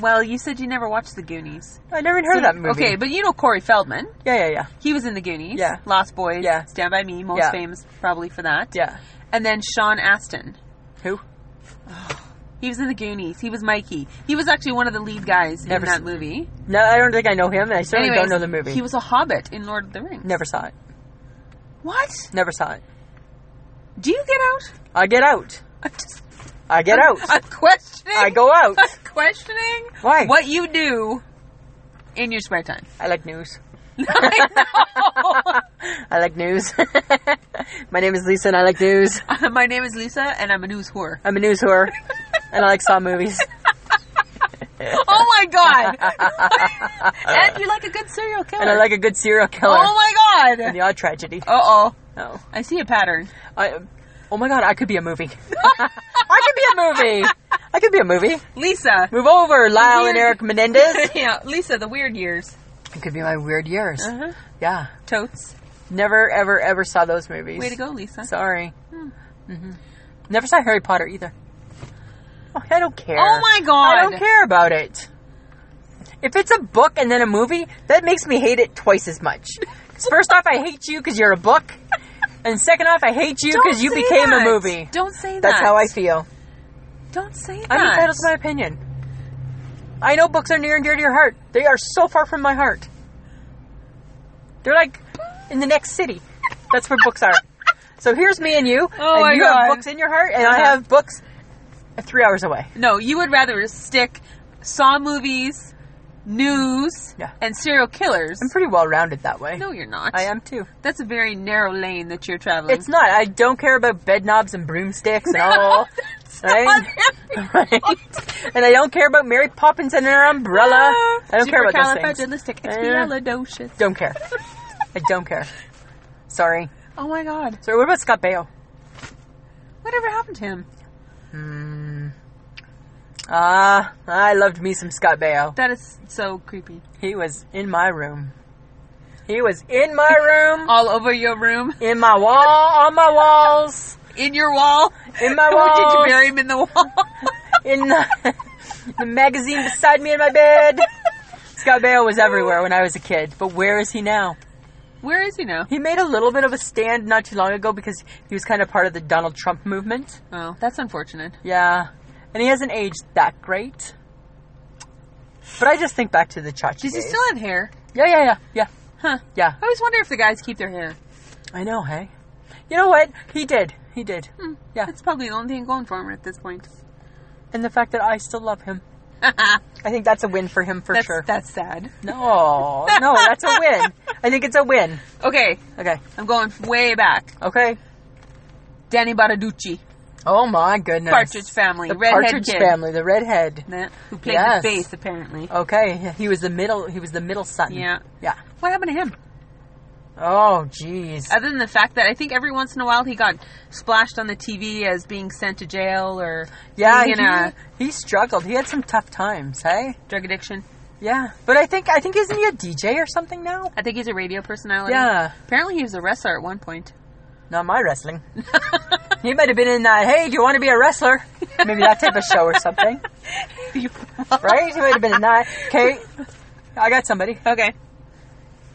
S2: well, you said you never watched The Goonies.
S3: I never even heard of that movie.
S2: Okay, but you know Corey Feldman.
S3: yeah, yeah, yeah,
S2: He was in The Goonies.
S3: Yeah.
S2: Lost Boys.
S3: Yeah.
S2: Stand by Me. Most
S3: Yeah.
S2: famous probably for that.
S3: yeah.
S2: And then Sean Astin.
S3: Who?
S2: He was in The Goonies. He was Mikey. He was actually one of the lead guys
S3: Never
S2: in that
S3: seen-
S2: movie.
S3: No, I don't think I know him. and I certainly
S2: Anyways,
S3: don't know the movie.
S2: He was a hobbit in Lord of the Rings.
S3: never saw it.
S2: What?
S3: Never saw it.
S2: Do you get out?
S3: I get out.
S2: I'm just.
S3: I get out.
S2: I'm questioning.
S3: I go out.
S2: I'm questioning.
S3: Why?
S2: What you do in your spare time.
S3: I like news.
S2: I know.
S3: I like news. My name is Lisa, and I like news.
S2: Uh, My name is Lisa, and I'm a news whore.
S3: I'm a news whore, and I like saw movies.
S2: Oh my god! and you like a good serial killer.
S3: And I like a good serial killer.
S2: Oh my
S3: and
S2: god!
S3: the odd tragedy.
S2: Uh oh,
S3: Oh,
S2: I see a pattern.
S3: I. Oh my God! I could be a movie. I could be a movie. I could be a movie.
S2: Lisa.
S3: Move over, Lyle and
S2: Weird.
S3: Eric Menendez.
S2: yeah, Lisa, the weird years.
S3: It could be my weird years.
S2: Uh-huh.
S3: Yeah.
S2: Totes.
S3: Never, ever, ever saw those movies.
S2: Way to go, Lisa.
S3: Sorry. hmm Never saw Harry Potter either. Oh, I don't care.
S2: Oh my god!
S3: I don't care about it. If it's a book and then a movie, that makes me hate it twice as much. 'Cause first off, I hate you because you're a book, and second off, I hate you
S2: Don't
S3: because you
S2: say
S3: became
S2: that.
S3: a movie.
S2: Don't say that.
S3: That's how I feel.
S2: Don't say that.
S3: I'm entitled to my opinion. I know books are near and dear to your heart. They are so far from my heart. They're like in the next city. That's where books are. So here's me and you.
S2: Oh
S3: and
S2: my
S3: you have
S2: God.
S3: books in your heart, and I
S2: Uh-huh.
S3: have books three hours away.
S2: No, you would rather stick saw movies, news,
S3: Yeah.
S2: and serial killers.
S3: I'm pretty well rounded that way.
S2: no, you're not.
S3: I am too.
S2: That's a very narrow lane that you're traveling.
S3: It's not. I don't care about bed knobs and broomsticks and all. Right? Right? And I don't care about Mary Poppins and her umbrella. I don't care about those things.
S2: Supercalifragilisticexpialidocious.
S3: Don't care. I don't care. Sorry.
S2: Oh my god.
S3: Sorry, what about Scott Baio?
S2: Whatever happened to him?
S3: Hmm. Ah, I loved me some Scott Baio.
S2: That is so creepy.
S3: He was in my room. He was in my room,
S2: All over your room,
S3: in my wall, on my walls,
S2: in your wall.
S3: in my
S2: Why
S3: walls,
S2: Did you bury him in the wall?
S3: in the, the magazine beside me in my bed. Scott Baio was everywhere when I was a kid, but where is he now?
S2: Where is he now?
S3: He made a little bit of a stand not too long ago because he was kind of part of the Donald Trump movement.
S2: Oh, that's unfortunate.
S3: Yeah, and he hasn't aged that great. But I just think back to the Chachi
S2: Does he
S3: days.
S2: still have hair?
S3: yeah, yeah, yeah, yeah,
S2: Huh.
S3: yeah.
S2: I always wonder if the guys keep their hair.
S3: I know, hey. You know what? He did. He did. Yeah.
S2: Hmm. That's probably the only thing going for him at this point.
S3: And the fact that I still love him.
S2: that's,
S3: I think that's a win for him for sure.
S2: that's sad.
S3: No, no, that's a win. I think it's a win.
S2: Okay,
S3: Okay.
S2: I'm going way back.
S3: Okay.
S2: Danny Barducci,
S3: Oh my goodness.
S2: Partridge Family,
S3: The
S2: redhead
S3: Partridge
S2: kid,
S3: family, the redhead.
S2: Nah, who played
S3: Yes. Oh.
S2: the bass apparently.
S3: Okay. He was the middle he was the middle son.
S2: Yeah.
S3: Yeah.
S2: What happened to him?
S3: Oh jeez.
S2: Other than the fact that I think every once in a while he got splashed on the TV as being sent to jail or
S3: Yeah,
S2: being in a
S3: he, he struggled. He had some tough times, hey?
S2: drug addiction.
S3: Yeah. But I think I think isn't he a DJ or something now?
S2: I think he's a radio personality.
S3: Yeah.
S2: Apparently he was a wrestler at one point.
S3: Not my wrestling. he might have been in that, hey, do you want to be a wrestler? Maybe that type of show or something. Right? He might have been in that. Okay. I got somebody.
S2: okay.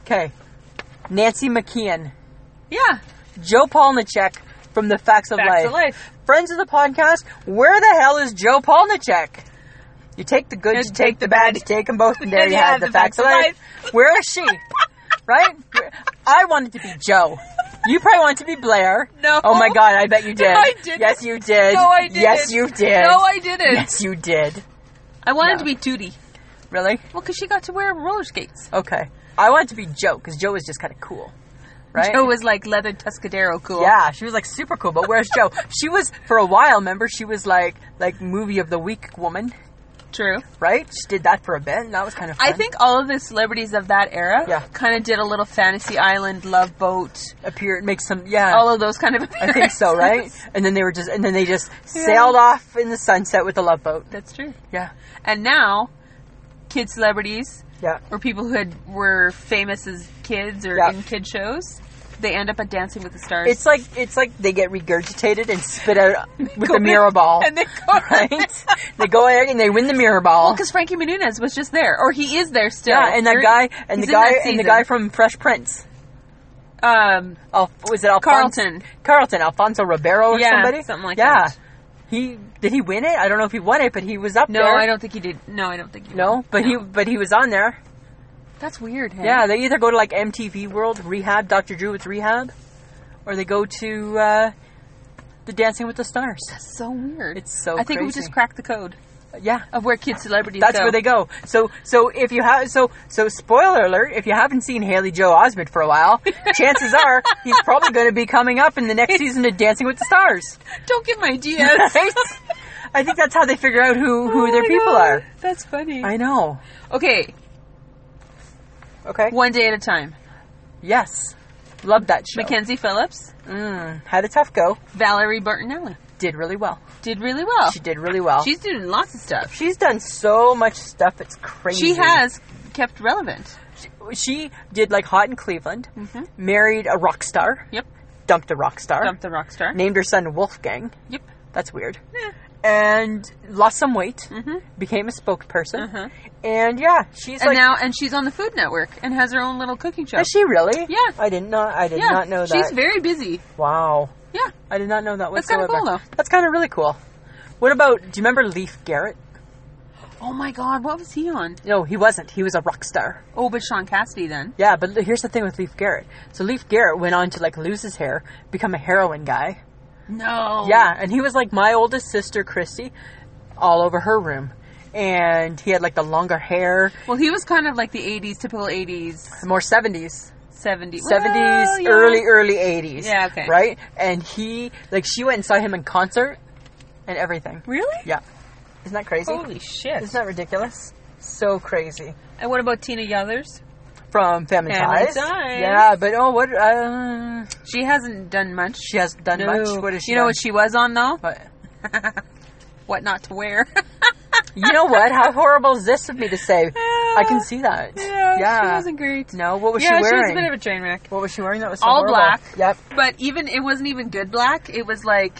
S3: Okay. Nancy McKeon.
S2: Yeah.
S3: Joe Palnicek from the Facts of,
S2: Facts
S3: life.
S2: of Life.
S3: Friends of the podcast, where the hell is Joe Palnicek? You take the good, you take, the bad, you take them both, and there you have the, facts, of life. Where is she? right? Where- I wanted to be Joe. You probably wanted to be Blair.
S2: No.
S3: Oh my god, I bet you did.
S2: I didn't.
S3: Yes, you did.
S2: No, I didn't.
S3: Yes, you did.
S2: No, I didn't.
S3: Yes, you did.
S2: I wanted
S3: No.
S2: to be Tootie.
S3: Really?
S2: Well, because she got to wear roller skates.
S3: Okay. I wanted to be Joe because Joe was just kind of cool, right?
S2: Joe was like leather Tuscadero cool.
S3: Yeah, she was like super cool. But where's Joe? She was for a while. Remember, she was like like movie of the week woman.
S2: True.
S3: right? She did that for a bit, and that was kind of fun.
S2: I think all of the celebrities of that era
S3: Yeah.
S2: kind of did a little fantasy island, love boat,
S3: appear it makes some yeah.
S2: all of those kind of
S3: I think so, right? And then they were just, and then they just sailed off in the sunset with the love boat.
S2: That's true.
S3: Yeah,
S2: And now, kid celebrities
S3: yeah.
S2: or people who had were famous as kids or
S3: Yeah.
S2: in kid shows, they end up at Dancing with the Stars.
S3: It's like it's like they get regurgitated and spit out with the
S2: Go-
S3: mirror ball,
S2: and they go
S3: right? they go in and they win the mirror ball.
S2: because Frankie Muniz was just there, or he is there still.
S3: yeah, and that
S2: You're-
S3: guy and the
S2: he's in that
S3: guy and the guy from Fresh Prince.
S2: season. Um,
S3: Al, was it Alfonso?
S2: Carlton.
S3: Carlton. Alfonso Ribeiro or
S2: Yeah,
S3: somebody?
S2: something like
S3: yeah.
S2: that.
S3: He did he win it? I don't know if he won it, but he was up
S2: no,
S3: there.
S2: I don't think he did. No, I don't think he.
S3: No, but he but he was on there.
S2: That's weird. Hey?
S3: Yeah, they either go to like MTV World Rehab, Dr. Drew with Rehab, or they go to uh, the Dancing with the Stars.
S2: That's so weird.
S3: It's so
S2: I think we
S3: crazy.
S2: just cracked the code
S3: Yeah,
S2: of where kid celebrities.
S3: that's
S2: go.
S3: where they go. So so if you have so so spoiler alert, if you haven't seen Haley Joe Osment for a while, chances are he's probably going to be coming up in the next season of Dancing with the Stars.
S2: Don't give my ideas.
S3: Right? I think that's how they figure out who who
S2: Oh
S3: their
S2: my
S3: people
S2: God.
S3: are.
S2: That's funny.
S3: I know.
S2: okay,
S3: Okay.
S2: one day at a time.
S3: Yes. Love that show.
S2: Mackenzie Phillips,
S3: Mm, had a tough go.
S2: Valerie Bertinelli
S3: Did really well.
S2: did really well.
S3: She did really well.
S2: She's doing lots of stuff.
S3: She's done so much stuff. It's crazy.
S2: She has kept relevant.
S3: She did like Hot in Cleveland, married a rock star,
S2: Yep.
S3: dumped a rock star,
S2: Dump the rock star.
S3: named her son Wolfgang.
S2: Yep.
S3: That's weird.
S2: Yeah.
S3: And lost some weight, became a spokesperson, Mm-hmm. and yeah, she's
S2: And
S3: like.
S2: now, and she's on the Food Network and has her own little cooking show.
S3: is she really?
S2: Yeah.
S3: I did not. I did
S2: yeah,
S3: not know that.
S2: she's very busy.
S3: wow.
S2: Yeah,
S3: I did not know that
S2: That's
S3: whatsoever.
S2: kinda cool, though.
S3: That's kind of really cool. What about? Do you remember Leaf Garrett?
S2: Oh my God, what was he on?
S3: No, he wasn't. He was a rock star.
S2: Oh, but Sean Cassidy then.
S3: Yeah, but l- here's the thing with Leaf Garrett. So Leaf Garrett went on to like lose his hair, become a heroin guy.
S2: No.
S3: Yeah, and he was like my oldest sister, Christy, all over her room, and he had like the longer hair,
S2: Well, he was kind of like the '80s, typical '80s,
S3: the more seventies,
S2: '70s,
S3: seventies,
S2: Well, yeah.
S3: early early eighties.
S2: Yeah, okay.
S3: Right, and he like she went and saw him in concert and everything.
S2: Really?
S3: Yeah, isn't that crazy?
S2: Holy shit!
S3: Isn't that ridiculous? So crazy.
S2: And what about Tina Yothers?
S3: From Family,
S2: Family
S3: Ties.
S2: Ties.
S3: Yeah, but oh, what? Uh,
S2: She hasn't done much.
S3: she hasn't done much. What has she
S2: you know
S3: done?
S2: what she was on though?
S3: What?
S2: What not to wear?
S3: You know what? How horrible is this of me to say? I can see that.
S2: she wasn't great.
S3: No, what was
S2: yeah,
S3: she wearing?
S2: was a bit of a train wreck.
S3: what was she wearing that was so
S2: All
S3: horrible?
S2: black.
S3: Yep.
S2: But even it wasn't even good black. It was like,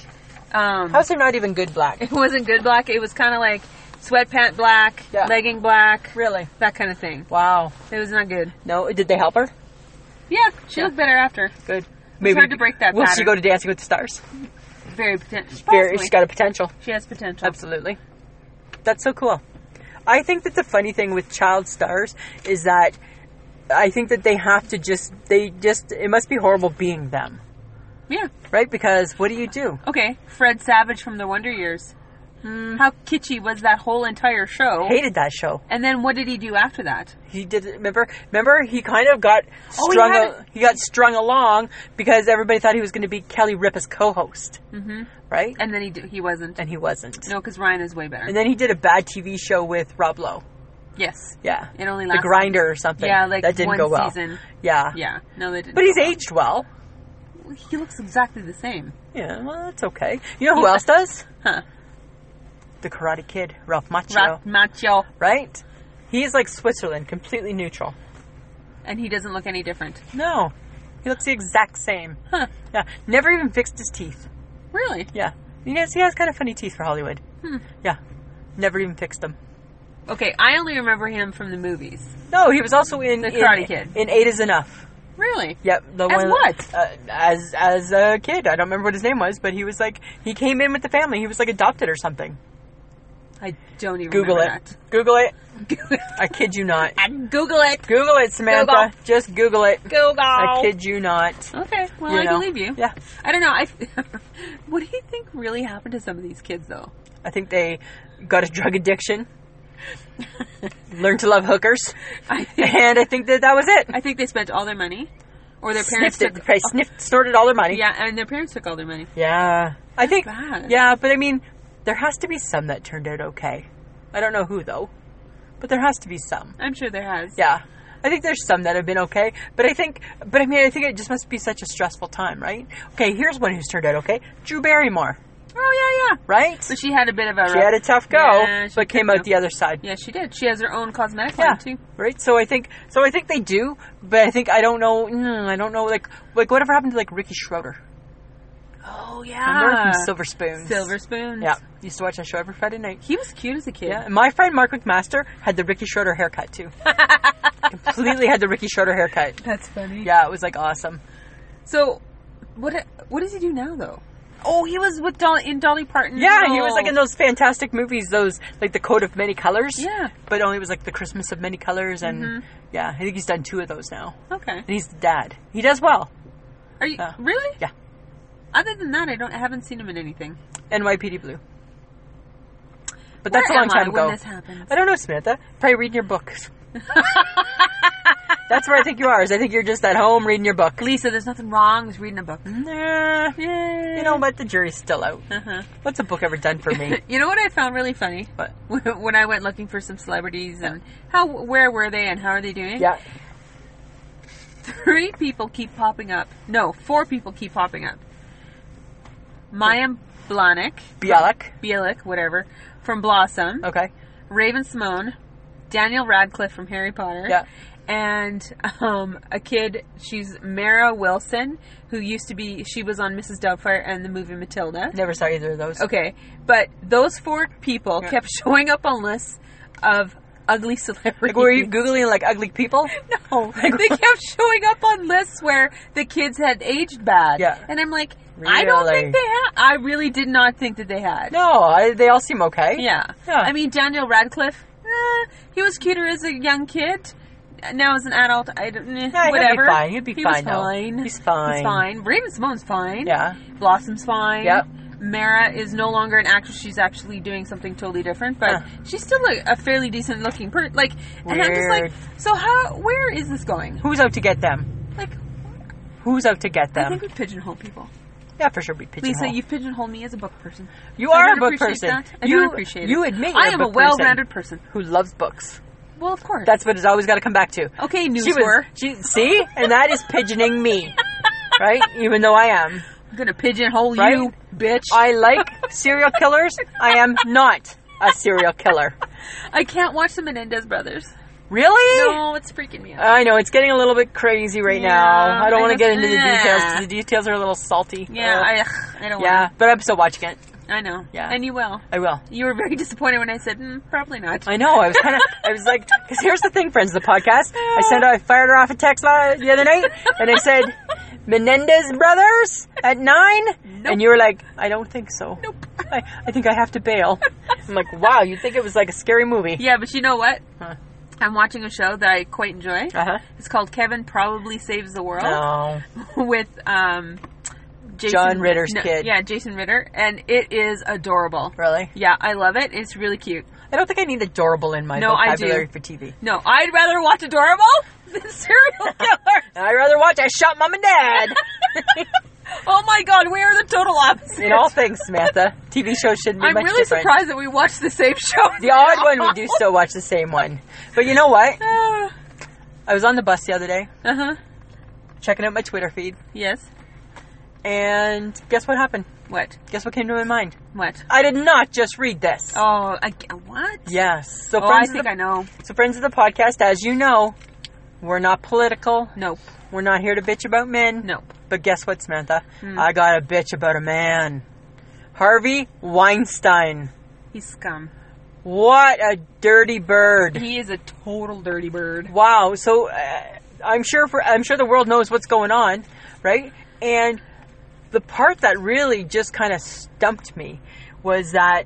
S2: um,
S3: How's it not even good black?
S2: it wasn't good black. It was kind of like sweatpant black,
S3: Yeah.
S2: legging black,
S3: Really?
S2: that kind of thing.
S3: Wow.
S2: It was not good.
S3: No, did they help her?
S2: Yeah, she looked better after.
S3: Good.
S2: hard to break that
S3: Will she
S2: pattern.
S3: go to Dancing with the Stars?
S2: Very potential.
S3: Very- She's got a potential.
S2: she has potential.
S3: Absolutely. That's so cool. I think that the funny thing with child stars is that I think that they have to just they just it must be horrible being them,
S2: Yeah.
S3: right? Because what do you do?
S2: Okay. Fred Savage from The Wonder Years.
S3: Hmm.
S2: How kitschy was that whole entire show?
S3: Hated that show.
S2: And then what did he do after that?
S3: He did. Remember? Remember? He kind of got
S2: Oh, he
S3: strung.
S2: had
S3: a- he got strung along because everybody thought he was going to be Kelly Ripa's co-host, mm-hmm. right? And,
S2: And then he d- he wasn't.
S3: he wasn't.
S2: No, because Ryan is way better.
S3: And then he did a bad TV show with Rob Lowe.
S2: yes.
S3: Yeah,
S2: It only
S3: the
S2: lasted.
S3: Grinder or something.
S2: Yeah, like
S3: that didn't
S2: one
S3: go well.
S2: season.
S3: Yeah,
S2: Yeah. No, they didn't.
S3: But he's aged well.
S2: He looks exactly the same.
S3: Yeah, well, that's okay. You know who else does?
S2: Huh.
S3: The Karate Kid, Ralph Macchio.
S2: Rat macho.
S3: Right? He's like Switzerland, completely neutral.
S2: And he doesn't look any different.
S3: No, he looks the exact same.
S2: Huh.
S3: Yeah, never even fixed his teeth.
S2: Really?
S3: Yeah. He has, he has kind of funny teeth for Hollywood.
S2: Hmm.
S3: Yeah. Never even fixed them.
S2: Okay, I only remember him from the movies.
S3: No, he was also in
S2: The
S3: in-
S2: Karate Kid.
S3: In Eight is Enough.
S2: Really?
S3: Yep. The
S2: As
S3: one,
S2: what?
S3: Uh, as as a kid. I don't remember what his name was, but he was like he came in with the family. He was like adopted or something.
S2: I don't even
S3: Google
S2: remember
S3: it. Google it.
S2: that.
S3: I kid you not.
S2: And Google it.
S3: Google it, Samantha.
S2: Google.
S3: Just Google it.
S2: Google.
S3: I kid you not.
S2: Okay, well,
S3: You
S2: I
S3: know?
S2: believe you.
S3: Yeah.
S2: I don't know. I, what do you think really happened to some of these kids, though?
S3: I think they got a drug addiction. Learned to love hookers.
S2: I think,
S3: And I think that that was it.
S2: I think they spent all their money, or their parents
S3: Sniffed it.
S2: took.
S3: They sniffed, snorted all their money.
S2: Yeah, and their parents took all their money.
S3: Yeah. I think
S2: bad.
S3: Yeah, but I mean there has to be some that turned out okay. I don't know who though, but there has to be some.
S2: I'm sure there has.
S3: Yeah, I think there's some that have been okay, but I think, but I mean, I think it just must be such a stressful time, right? Okay, here's one who's turned out okay: Drew Barrymore,
S2: Oh yeah, yeah.
S3: right?
S2: But she had a bit of a.
S3: She had a tough go,
S2: Yeah, she
S3: but came
S2: did
S3: out
S2: go.
S3: the other side.
S2: yeah, she did. She has her own cosmetic
S3: Yeah,
S2: line too.
S3: right. So I think, so I think they do, but I think I don't know. Mm, I don't know, like, like whatever happened to like Ricky Schroeder?
S2: Oh
S3: Remember
S2: yeah.
S3: from Silver Spoons?
S2: Silver spoons.
S3: Yeah, used to watch that show every Friday night.
S2: He was cute as a kid.
S3: Yeah, and my friend Mark McMaster had the Ricky Schroeder haircut too. Completely had the Ricky Schroeder haircut.
S2: That's funny.
S3: Yeah, it was like awesome.
S2: So, what what does he do now though? Oh, he was with Dolly in Dolly Parton.
S3: Yeah, he was like in those fantastic movies, those like the Code of Many Colors. Mm-hmm.
S2: Yeah.
S3: but only was like the Christmas of Many Colors, and yeah, I think he's done two of those now.
S2: Okay.
S3: And he's the dad. He does well.
S2: Are you
S3: Yeah.
S2: really?
S3: Yeah.
S2: Other than that, I don't. I haven't seen him in anything.
S3: NYPD Blue. But that's
S2: Where
S3: a long
S2: am I
S3: time ago.
S2: When this happens.
S3: I don't know, Samantha. Probably reading your books. That's where I think you are. Is I think you're just at home reading your book.
S2: Lisa, there's nothing wrong with reading a book.
S3: Nah,
S2: Yeah.
S3: you know what? The jury's still out.
S2: Uh-huh.
S3: What's a book ever done for me?
S2: You know what I found really funny
S3: What?
S2: when I went looking for some celebrities and how where were they and how are they doing?
S3: Yeah.
S2: Three people keep popping up. No, four people keep popping up. Maya Blahnik,
S3: Bialik.
S2: Bielik, whatever, from Blossom.
S3: Okay.
S2: Raven Simone, Daniel Radcliffe from Harry Potter.
S3: Yeah.
S2: And um, a kid, she's Mara Wilson, who used to be, she was on Mrs. Doubtfire and the movie Matilda.
S3: Never saw either of those.
S2: Okay, but those four people
S3: Yeah.
S2: kept showing up on lists of ugly celebrities.
S3: Like, were you googling like ugly people?
S2: No, they kept showing up on lists where the kids had aged bad.
S3: Yeah.
S2: and I'm like, I don't
S3: Really?
S2: think they had. I really did not think that they had.
S3: No, I, they all seem okay.
S2: Yeah.
S3: Yeah.
S2: I mean, Daniel Radcliffe, eh, he was cuter as a young kid. Now as an adult, I don't, eh,
S3: Yeah, he'll be
S2: whatever.
S3: fine. He'll be
S2: he
S3: fine,
S2: Was
S3: though.
S2: fine.
S3: He's fine.
S2: He's fine. Raven Simone's fine.
S3: Yeah.
S2: Blossom's fine.
S3: Yep.
S2: Mara is no longer an actress. She's actually doing something totally different, but
S3: Huh.
S2: she's still a, a fairly decent looking person. Like, and I'm just
S3: Weird.
S2: like, so how? Where is this going?
S3: Who's out to get them?
S2: Like,
S3: Who's out to get
S2: I
S3: them?
S2: think we pigeonhole people.
S3: yeah, for sure. Be Um, pigeonhole.
S2: Lisa, you've pigeonholed me as a book person.
S3: You
S2: I
S3: are
S2: don't
S3: a book
S2: appreciate
S3: person.
S2: That. I
S3: you
S2: don't appreciate it.
S3: you admit
S2: I
S3: you're
S2: am
S3: a
S2: a
S3: book
S2: well-rounded person.
S3: person who loves books.
S2: Well, of course.
S3: That's what it's always got to come back to.
S2: okay. News
S3: She was, she, see, and that is pigeoning me, right? Even though I am,
S2: I'm gonna pigeonhole
S3: Right?
S2: you, bitch. I,
S3: I like serial killers. I am not a serial killer.
S2: can't watch the Menendez brothers.
S3: Really?
S2: No, it's freaking me out.
S3: I know it's getting a little bit crazy right now.
S2: Yeah,
S3: I don't
S2: I just-
S3: want to get into the
S2: yeah.
S3: details. 'cause The details are a little salty.
S2: yeah,
S3: Uh,
S2: I, ugh, I don't.
S3: yeah,
S2: Want
S3: but I'm still watching it.
S2: to. I know.
S3: Yeah.
S2: and you will.
S3: I will.
S2: You were very disappointed when I said mm, probably not.
S3: I know. I was kind of. I was like, because here's the thing, friends. of The podcast. I sent. I fired her off a text la- the other night, and I said, Menendez Brothers at nine, and you were like, I don't think so. Nope. I, I think I have to bail. I'm like, wow. You think it was like a scary movie?
S2: yeah, but you know what?
S3: Huh.
S2: I'm watching a show that I quite enjoy.
S3: Uh huh.
S2: It's called Kevin Probably Saves the
S3: Oh.
S2: World.
S3: No.
S2: with um, Jason,
S3: John Ritter's kid.
S2: Yeah, Jason Ritter, and it is adorable.
S3: Really?
S2: Yeah, I love it. It's really cute.
S3: I don't think I need adorable in my
S2: No, I do.
S3: vocabulary for TV.
S2: No, I'd rather watch adorable than serial killer.
S3: I'd rather watch I Shot Mom and Dad.
S2: Oh my god, we are the total opposite.
S3: in all things, Samantha. TV shows shouldn't be
S2: I'm
S3: much
S2: really
S3: different.
S2: surprised that we watched the same show.
S3: The odd one, we do still watch the same one. But you know what?
S2: uh
S3: I was on the bus the other day,
S2: huh.
S3: checking out my Twitter feed,
S2: Uh-huh. Yes.
S3: and guess what happened?
S2: What?
S3: Guess what came to my mind?
S2: What?
S3: I did not just read this.
S2: Oh, I, what?
S3: Yes. So
S2: Oh, I
S3: friends, of
S2: think
S3: the,
S2: I know.
S3: so friends of the podcast, as you know, we're not political.
S2: Nope.
S3: We're not here to bitch about men.
S2: Nope.
S3: But guess what, Samantha?
S2: Hmm.
S3: I got a bitch about a man. Harvey Weinstein.
S2: He's scum.
S3: What a dirty bird.
S2: He is a total dirty bird.
S3: Wow. So uh, I'm sure for I'm sure the world knows what's going on, right? And the part that really just kind of stumped me was that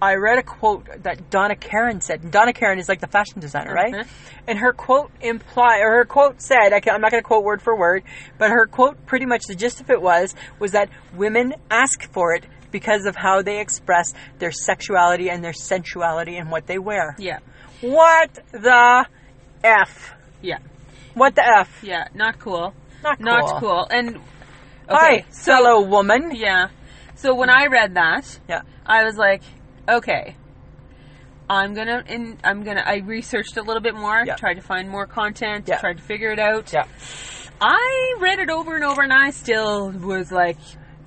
S3: I read a quote that Donna Karen said. And Donna Karen is like the fashion designer, right?
S2: Mhm.
S3: And her quote imply or her quote said, I can, I'm not going to quote word for word, but her quote pretty much the gist of it was was that women ask for it because of how they express their sexuality and their sensuality and what they wear.
S2: Yeah.
S3: What the F?
S2: Yeah.
S3: What the F?
S2: Yeah. Not cool.
S3: Not cool.
S2: Not cool. And
S3: Hi,
S2: Okay,
S3: fellow woman.
S2: yeah. So when I read that,
S3: Yeah.
S2: I was like, okay, I'm gonna and I'm gonna. I researched a little bit more.
S3: Yeah.
S2: Tried to find more content.
S3: Yeah.
S2: Tried to figure it out.
S3: Yeah.
S2: I read it over and over, and I still was like,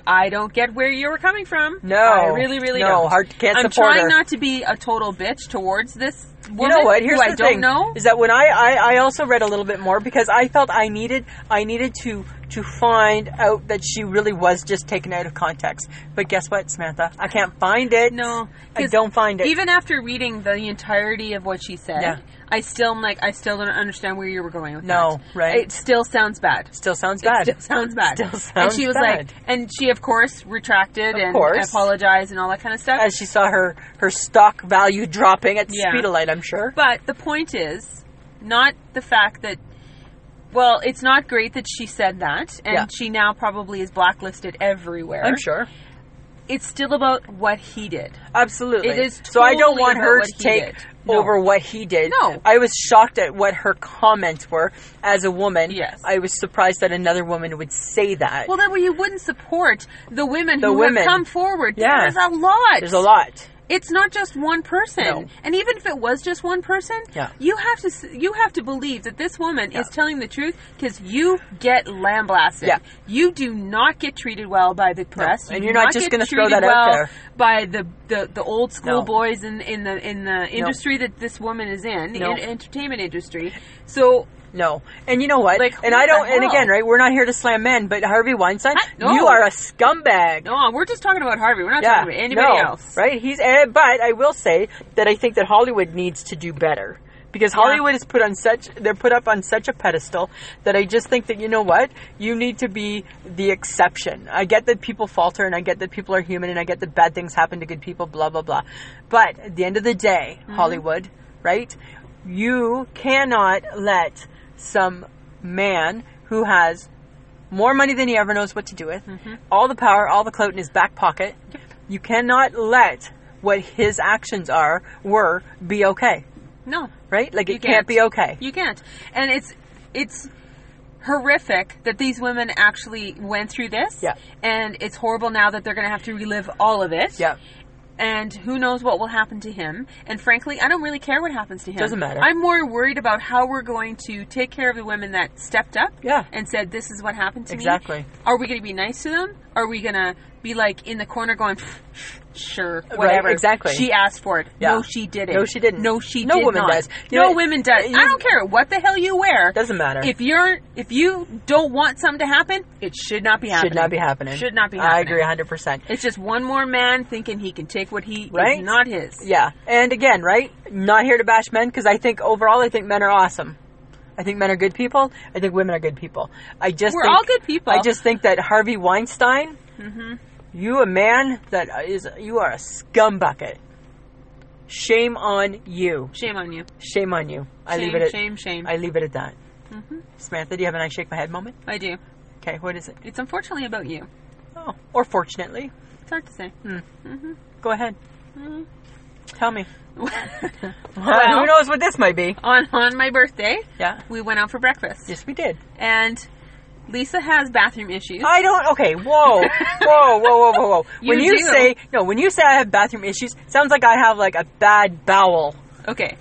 S2: I don't get where you were coming from.
S3: No.
S2: I really, really
S3: no,
S2: don't.
S3: hard can't
S2: I'm
S3: support
S2: trying
S3: her.
S2: not to be a total bitch towards this woman
S3: you know what? Here's
S2: who
S3: the
S2: I don't
S3: thing:
S2: know.
S3: is that when I, I I also read a little bit more because I felt I needed I needed to to find out that she really was just taken out of context. But guess what, Samantha? I can't find it.
S2: No,
S3: I
S2: 'cause
S3: don't find it.
S2: Even after reading the entirety of what she said,
S3: Yeah.
S2: I still am like, I still don't understand where you were going with
S3: No,
S2: that.
S3: right.
S2: It still sounds bad.
S3: still sounds bad.
S2: Still sounds bad.
S3: Still
S2: and
S3: sounds
S2: she was
S3: bad.
S2: like, and she of course retracted
S3: Of
S2: and
S3: course.
S2: apologized and all that kind of stuff.
S3: As she saw her her stock value dropping at
S2: Yeah.
S3: speed of light, I'm sure.
S2: But the point is, not the fact that. Well, it's not great that she said that, and
S3: Yeah.
S2: she now probably is blacklisted everywhere.
S3: I'm sure.
S2: It's still about what he did.
S3: Absolutely.
S2: It is
S3: so I don't
S2: totally
S3: want
S2: about
S3: her
S2: what
S3: to
S2: he
S3: take
S2: did. No.
S3: over what he did.
S2: No.
S3: I was shocked at what her comments were as a woman.
S2: Yes.
S3: I was surprised that another woman would say that.
S2: Well, that way you wouldn't support the women
S3: The
S2: who
S3: women.
S2: have come forward.
S3: Yeah.
S2: There's a lot.
S3: There's a lot.
S2: It's not just one person.
S3: No.
S2: And even if it was just one person,
S3: Yeah.
S2: you have to s- you have to believe that this woman
S3: Yeah.
S2: is telling the truth because you get lambasted.
S3: Yeah.
S2: You do not get treated well by the press.
S3: and
S2: You
S3: you're
S2: do
S3: not just
S2: get
S3: gonna throw
S2: treated
S3: that out
S2: well
S3: there.
S2: by the, the, the old school
S3: No.
S2: boys in in the in the industry that this woman is in, the
S3: No.
S2: en- entertainment industry. So
S3: No. And you know what?
S2: Like,
S3: and
S2: who
S3: I don't
S2: the
S3: and
S2: hell?
S3: again, right, we're not here to slam men, but Harvey Weinstein,
S2: I- no.
S3: you are a scumbag.
S2: no, we're just talking about Harvey. We're not
S3: Yeah,
S2: talking about anybody
S3: no,
S2: else.
S3: right? He's, eh, but I will say that I think that Hollywood needs to do better because Hollywood is put on such they're put up on such a pedestal that I just think that you know what you need to be the exception. I get that people falter and I get that people are human and I get that bad things happen to good people, blah blah blah. But at the end of the day,
S2: Mm-hmm.
S3: Hollywood, right? You cannot let some man who has more money than he ever knows what to do with,
S2: Mm-hmm.
S3: all the power, all the clout in his back pocket. You cannot let what his actions are were be okay,
S2: No.
S3: right? Like
S2: You
S3: it can't, be okay.
S2: You can't. And it's it's horrific that these women actually went through this.
S3: Yeah.
S2: And it's horrible now that they're going to have to relive all of it.
S3: yeah,
S2: And who knows what will happen to him. And frankly, I don't really care what happens to him.
S3: Doesn't matter.
S2: I'm more worried about how we're going to take care of the women that stepped up
S3: Yeah.
S2: and said, this is what happened to me.
S3: Exactly.
S2: Are we going to be nice to them? Are we going to be like in the corner going, sure, whatever.
S3: exactly.
S2: She asked for it.
S3: Yeah.
S2: No, she didn't.
S3: No, she didn't.
S2: No, she
S3: No
S2: did
S3: woman
S2: not.
S3: does. You
S2: no
S3: know,
S2: women does.
S3: you-
S2: I don't care what the hell you wear.
S3: doesn't matter.
S2: If you're, if you don't want something to happen, it should not be happening.
S3: should not be happening.
S2: Should not be
S3: I
S2: happening.
S3: agree, hundred percent.
S2: It's just one more man thinking he can take what he
S3: Right?
S2: is not his.
S3: Yeah, and again, right? Not here to bash men because I think overall, I think men are awesome. I think men are good people. I think women are good people. I just
S2: We're
S3: think-
S2: all good people.
S3: I just think that Harvey Weinstein,
S2: mm-hmm.
S3: you a man that is you are a scumbucket. Shame on you.
S2: Shame on you.
S3: Shame on you. I
S2: Shame,
S3: leave it at
S2: shame, Mm-hmm. shame.
S3: I leave it at that. Samantha, do you have an I shake my head moment?
S2: I do.
S3: Okay, what is it?
S2: It's unfortunately about you.
S3: Oh, or fortunately,
S2: It's hard to say.
S3: go ahead. Tell me.
S2: Mm-hmm. Well-
S3: who knows what this might be?
S2: On on my birthday,
S3: Yeah.
S2: we went out for breakfast,
S3: Yes, we did.
S2: and Lisa has bathroom issues.
S3: I don't. Okay, whoa, whoa, whoa, whoa, whoa, whoa.
S2: You
S3: when you
S2: do.
S3: say no, when you say I have bathroom issues, sounds like I have like a bad bowel,
S2: Okay,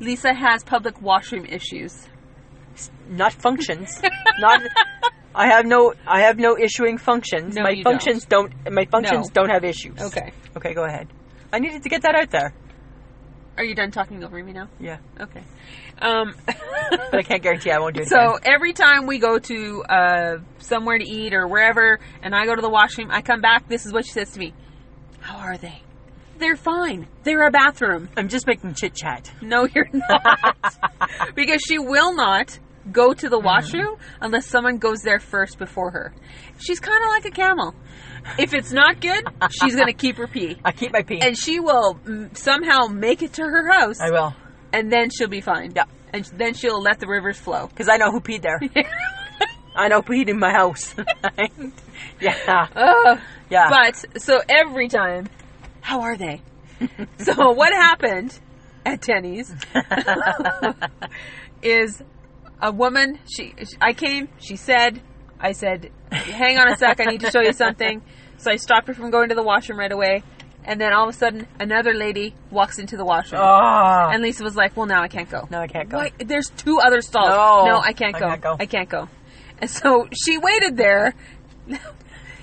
S2: Lisa has public washroom issues.
S3: not functions, not. I have no. I have no issuing functions.
S2: No,
S3: my
S2: you
S3: functions don't. My functions
S2: No.
S3: don't have issues.
S2: Okay,
S3: Okay, go ahead. I needed to get that out there.
S2: are you done talking over me now?
S3: Yeah,
S2: Okay. Um,
S3: but I can't guarantee I won't do it.
S2: so every time we go to uh, somewhere to eat or wherever, and I go to the washroom, I come back. This is what she says to me: "How are they? They're fine. They're a bathroom."
S3: I'm just making chit chat.
S2: No, you're not. because she will not go to the
S3: Mm.
S2: washroom unless someone goes there first before her. She's kind of like a camel. If it's not good, she's going to keep her pee.
S3: I keep my pee.
S2: And she will mm, somehow make it to her house,
S3: I will,
S2: and then she'll be fine.
S3: Yeah.
S2: And then she'll let the rivers flow.
S3: because I know who peed there. I know who peed in my house. yeah,
S2: Ugh.
S3: yeah.
S2: But, so every time, how are they? so what happened at Tenny's is a woman. She, I came. She said, I said, hang on a sec. I need to show you something. So I stopped her from going to the washroom right away. and then all of a sudden another lady walks into the washroom.
S3: Oh.
S2: And Lisa was like, "Well, now I can't go.
S3: No, I can't go.
S2: Wait, there's two other stalls.
S3: No,
S2: I can't
S3: I
S2: go.
S3: can't go.
S2: I can't go." And so she waited there,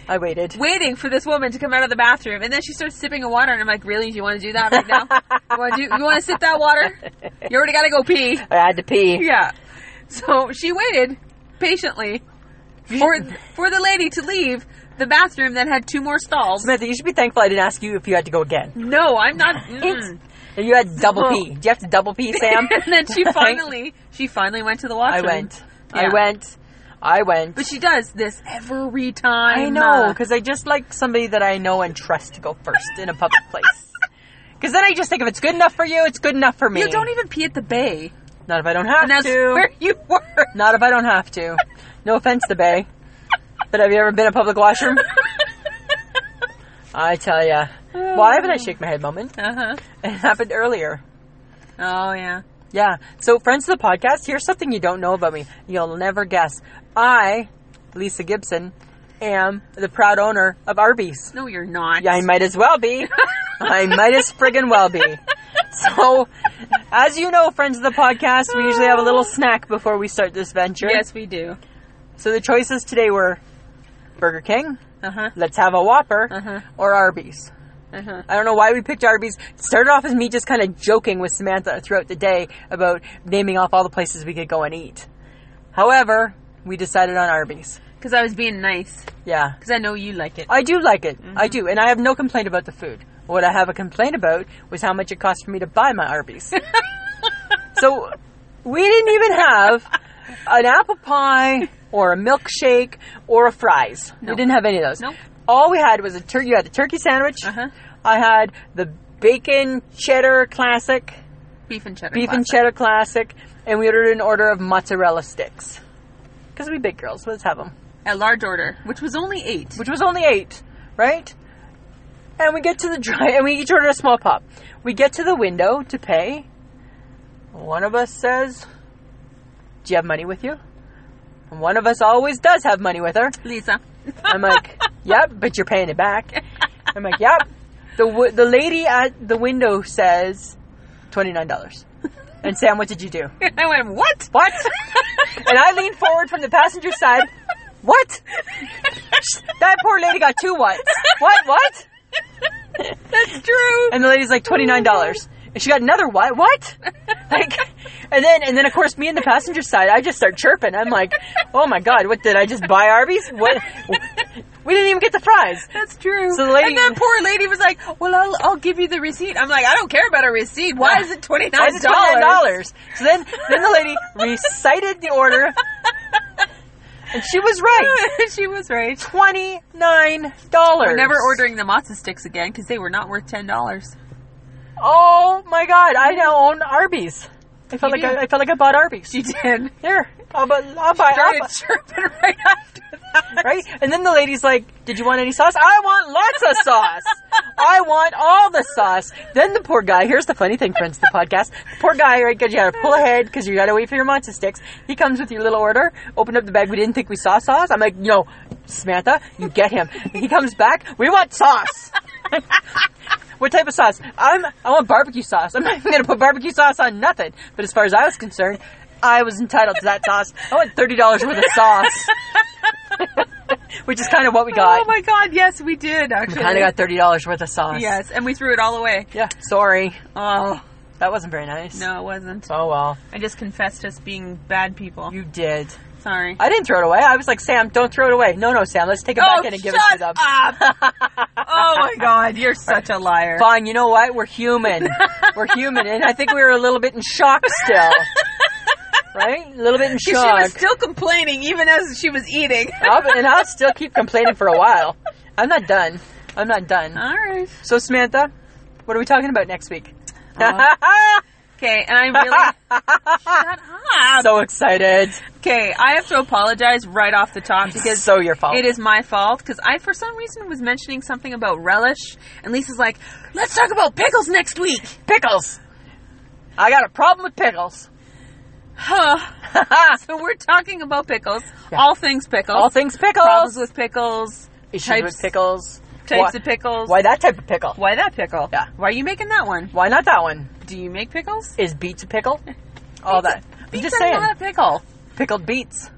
S3: I waited.
S2: waiting for this woman to come out of the bathroom, and then she starts sipping a water, and I'm like, "Really? You want to do that right now? you want to do? You want to sip that water? You already got to go pee."
S3: I had to pee.
S2: Yeah. So she waited patiently for for the lady to leave the bathroom that had two more stalls.
S3: Samantha, you should be thankful I didn't ask you if you had to go again.
S2: No, I'm not. mm.
S3: You had double
S2: No.
S3: pee. Do you have to double pee, Sam?
S2: and then she finally she finally went to the
S3: I
S2: washroom.
S3: went. I
S2: Yeah.
S3: went. I went.
S2: But she does this every time.
S3: I know, because I just like somebody that I know and trust to go first in a public place. Because then I just think if it's good enough for you, it's good enough for me.
S2: You don't even pee at the bay.
S3: Not if I don't have
S2: And that's
S3: to.
S2: where you were.
S3: Not if I don't have to. No offense to Bay, but have you ever been a public washroom? I tell ya. Why haven't I shake my head moment?
S2: Uh huh.
S3: It happened earlier.
S2: Oh yeah.
S3: Yeah. So, friends of the podcast, here's something you don't know about me. You'll never guess. I, Lisa Gibson, am the proud owner of Arby's.
S2: No, you're not.
S3: Yeah, I might as well be. I might as friggin' well be. So, as you know, friends of the podcast, we usually have a little snack before we start this venture.
S2: yes, we do.
S3: So the choices today were Burger King,
S2: Uh huh.
S3: Let's Have a Whopper,
S2: Uh-huh.
S3: or Arby's.
S2: Uh huh.
S3: I don't know why we picked Arby's. It started off as me just kind of joking with Samantha throughout the day about naming off all the places we could go and eat. However, we decided on Arby's.
S2: Because I was being nice.
S3: Yeah.
S2: Because I know you like it.
S3: I do like it.
S2: Mm-hmm.
S3: I do, and I have no complaint about the food. What I have a complaint about was how much it cost for me to buy my Arby's. so we didn't even have an apple pie or a milkshake or a fries.
S2: No.
S3: We didn't have any of those.
S2: Nope.
S3: All we had was a turkey. You had the turkey sandwich.
S2: Uh-huh.
S3: I had the bacon cheddar classic,
S2: Beef and cheddar.
S3: beef and
S2: classic.
S3: cheddar classic, and we ordered an order of mozzarella sticks. Because we big girls, let's have them
S2: A large order, which was only eight.
S3: which was only eight, right? And we get to the dry, and we each order a small pop. We get to the window to pay. One of us says, "Do you have money with you?" And one of us always does have money with her.
S2: Lisa.
S3: I'm like, "Yep, but you're paying it back." I'm like, "Yep." The w- the lady at the window says, twenty nine dollars." And Sam, what did you do?
S2: I went, what?
S3: What? and I leaned forward from the passenger side. What? That poor lady got two whats. What? What?
S2: That's true.
S3: And the lady's like twenty nine dollars. And she got another what? What? Like, and then and then of course me and the passenger side, I just start chirping. I'm like, oh my god, what did I just buy Arby's? What? We didn't even get the fries.
S2: That's true.
S3: So the lady-
S2: and that poor lady was like, "Well, I'll, I'll give you the receipt." I'm like, "I don't care about a receipt. Why is it twenty
S3: Why
S2: nine
S3: is it
S2: dollars?"
S3: twenty dollars? So then then the lady recited the order, and she was right.
S2: she was right.
S3: Twenty nine dollars.
S2: We're never ordering the matzo sticks again because they were not worth ten dollars.
S3: Oh my god, I now own Arby's. I felt
S2: You
S3: like
S2: do.
S3: I, I felt like I bought Arby's.
S2: She did.
S3: Here, I'll buy, I'll buy,
S2: Started
S3: I'll buy-
S2: chirping right after that.
S3: right? And then the lady's like, "Did you want any sauce? I want lots of sauce. I want all the sauce." Then the poor guy. Here's the funny thing, friends. of The podcast. The poor guy, right? Because you got to pull ahead because you got to wait for your matzo sticks. He comes with your little order. Open up the bag. We didn't think we saw sauce. I'm like, "No, Samantha, you get him." He comes back. We want sauce. What type of sauce? I'm I want barbecue sauce. I'm not even gonna put barbecue sauce on nothing. But as far as I was concerned, I was entitled to that sauce. I want thirty dollars worth of sauce. Which is kind of what we got.
S2: Oh my god! Yes, we did
S3: we
S2: actually.
S3: kind of got thirty dollars worth of sauce.
S2: yes, and we threw it all away.
S3: Yeah. Sorry,
S2: Oh
S3: that wasn't very nice.
S2: no, it wasn't.
S3: Oh well,
S2: I just confessed us being bad people.
S3: you did.
S2: Sorry.
S3: I didn't throw it away. I was like, Sam, don't throw it away. No, no, Sam, let's take it
S2: oh,
S3: back in and give it to
S2: shut
S3: them.
S2: up! oh my god, you're such a liar.
S3: Fine, you know what? We're human. We're human, and I think we were a little bit in shock still. Right? A little bit in
S2: 'Cause
S3: shock.
S2: She was still complaining even as she was eating.
S3: I'll, and I'll still keep complaining for a while. I'm not done. I'm not done.
S2: All right.
S3: So Samantha, what are we talking about next week?
S2: Okay, and I really shut up.
S3: so excited.
S2: okay, I have to apologize right off the top because
S3: so your fault.
S2: it is my fault because I, for some reason, was mentioning something about relish, and Lisa's like, "Let's talk about pickles next week."
S3: pickles. I got a problem with pickles.
S2: Huh. so we're talking about pickles,
S3: Yeah.
S2: all things pickles,
S3: All things pickles.
S2: problems with pickles,
S3: Issues with
S2: types-
S3: pickles.
S2: types
S3: Why-
S2: of pickles.
S3: Why that type of pickle?
S2: Why that pickle?
S3: Yeah.
S2: Why are you making that one?
S3: Why not that one?
S2: Do you make pickles?
S3: Is beets a pickle? All that. I'm
S2: Beets
S3: just
S2: are
S3: saying.
S2: not a pickle.
S3: Pickled beets.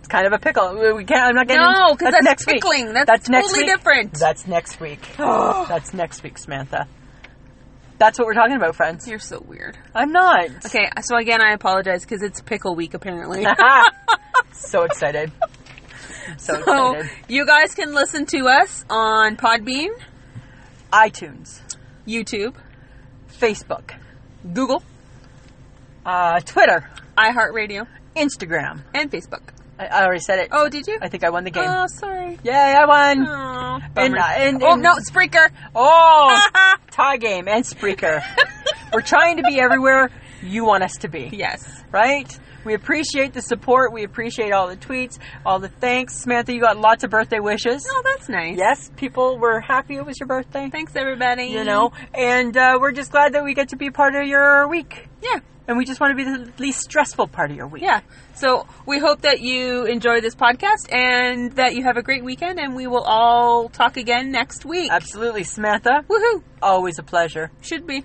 S3: It's kind of a pickle. We- We can't. I'm not getting.
S2: No, 'cause that's
S3: next week.
S2: pickling. That's totally
S3: week.
S2: different.
S3: That's next week. that's next week, Samantha. That's what we're talking about, friends.
S2: You're so weird.
S3: I'm not.
S2: Okay, so again, I apologize because it's pickle week apparently.
S3: so excited. So
S2: so
S3: excited.
S2: you guys can listen to us on Podbean,
S3: iTunes,
S2: YouTube,
S3: Facebook,
S2: Google,
S3: uh, Twitter,
S2: iHeartRadio,
S3: Instagram.
S2: and Facebook.
S3: I, I already said it.
S2: Oh, did you?
S3: I think I won the game.
S2: Oh, sorry.
S3: Yay, I won.
S2: Oh,
S3: And,
S2: bummer.
S3: uh, and-
S2: oh
S3: and-
S2: no, Spreaker.
S3: Oh, tie game and Spreaker. We're trying to be everywhere you want us to be,
S2: Yes.
S3: right? We appreciate the support. We appreciate all the tweets, all the thanks. Samantha, you got lots of birthday wishes.
S2: Oh, that's nice.
S3: Yes, people were happy it was your birthday.
S2: Thanks, everybody.
S3: You know, and uh, we're just glad that we get to be part of your week.
S2: Yeah.
S3: And we just want to be the least stressful part of your week.
S2: Yeah. So we hope that you enjoy this podcast and that you have a great weekend, and we will all talk again next week.
S3: Absolutely, Samantha.
S2: Woohoo!
S3: Always a pleasure.
S2: Should be.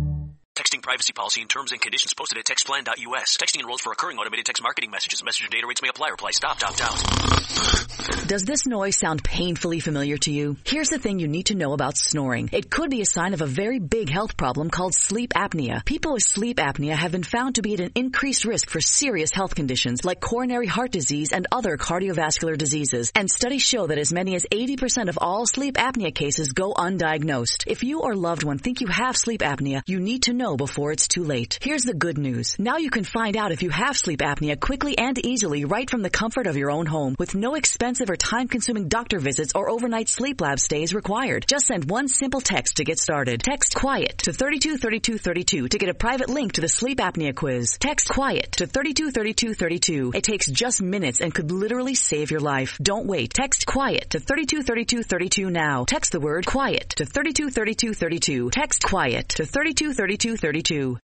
S4: Texting privacy policy and terms and conditions posted at textplan.us. Texting enrolls for recurring automated text marketing messages. Message and data rates may apply. Reply stop, opt out.
S5: Does this noise sound painfully familiar to you? Here's the thing you need to know about snoring. It could be a sign of a very big health problem called sleep apnea. People with sleep apnea have been found to be at an increased risk for serious health conditions like coronary heart disease and other cardiovascular diseases. And studies show that as many as 80% of all sleep apnea cases go undiagnosed. If you or loved one think you have sleep apnea, you need to know before it's too late. Here's the good news. Now you can find out if you have sleep apnea quickly and easily right from the comfort of your own home with no expensive or time consuming doctor visits or overnight sleep lab stays required. Just send one simple text to get started. Text quiet to 323232 to get a private link to the sleep apnea quiz. Text quiet to 323232. It takes just minutes and could literally save your life. Don't wait. Text quiet to 323232 now. Text the word quiet to 323232. Text quiet to 323232.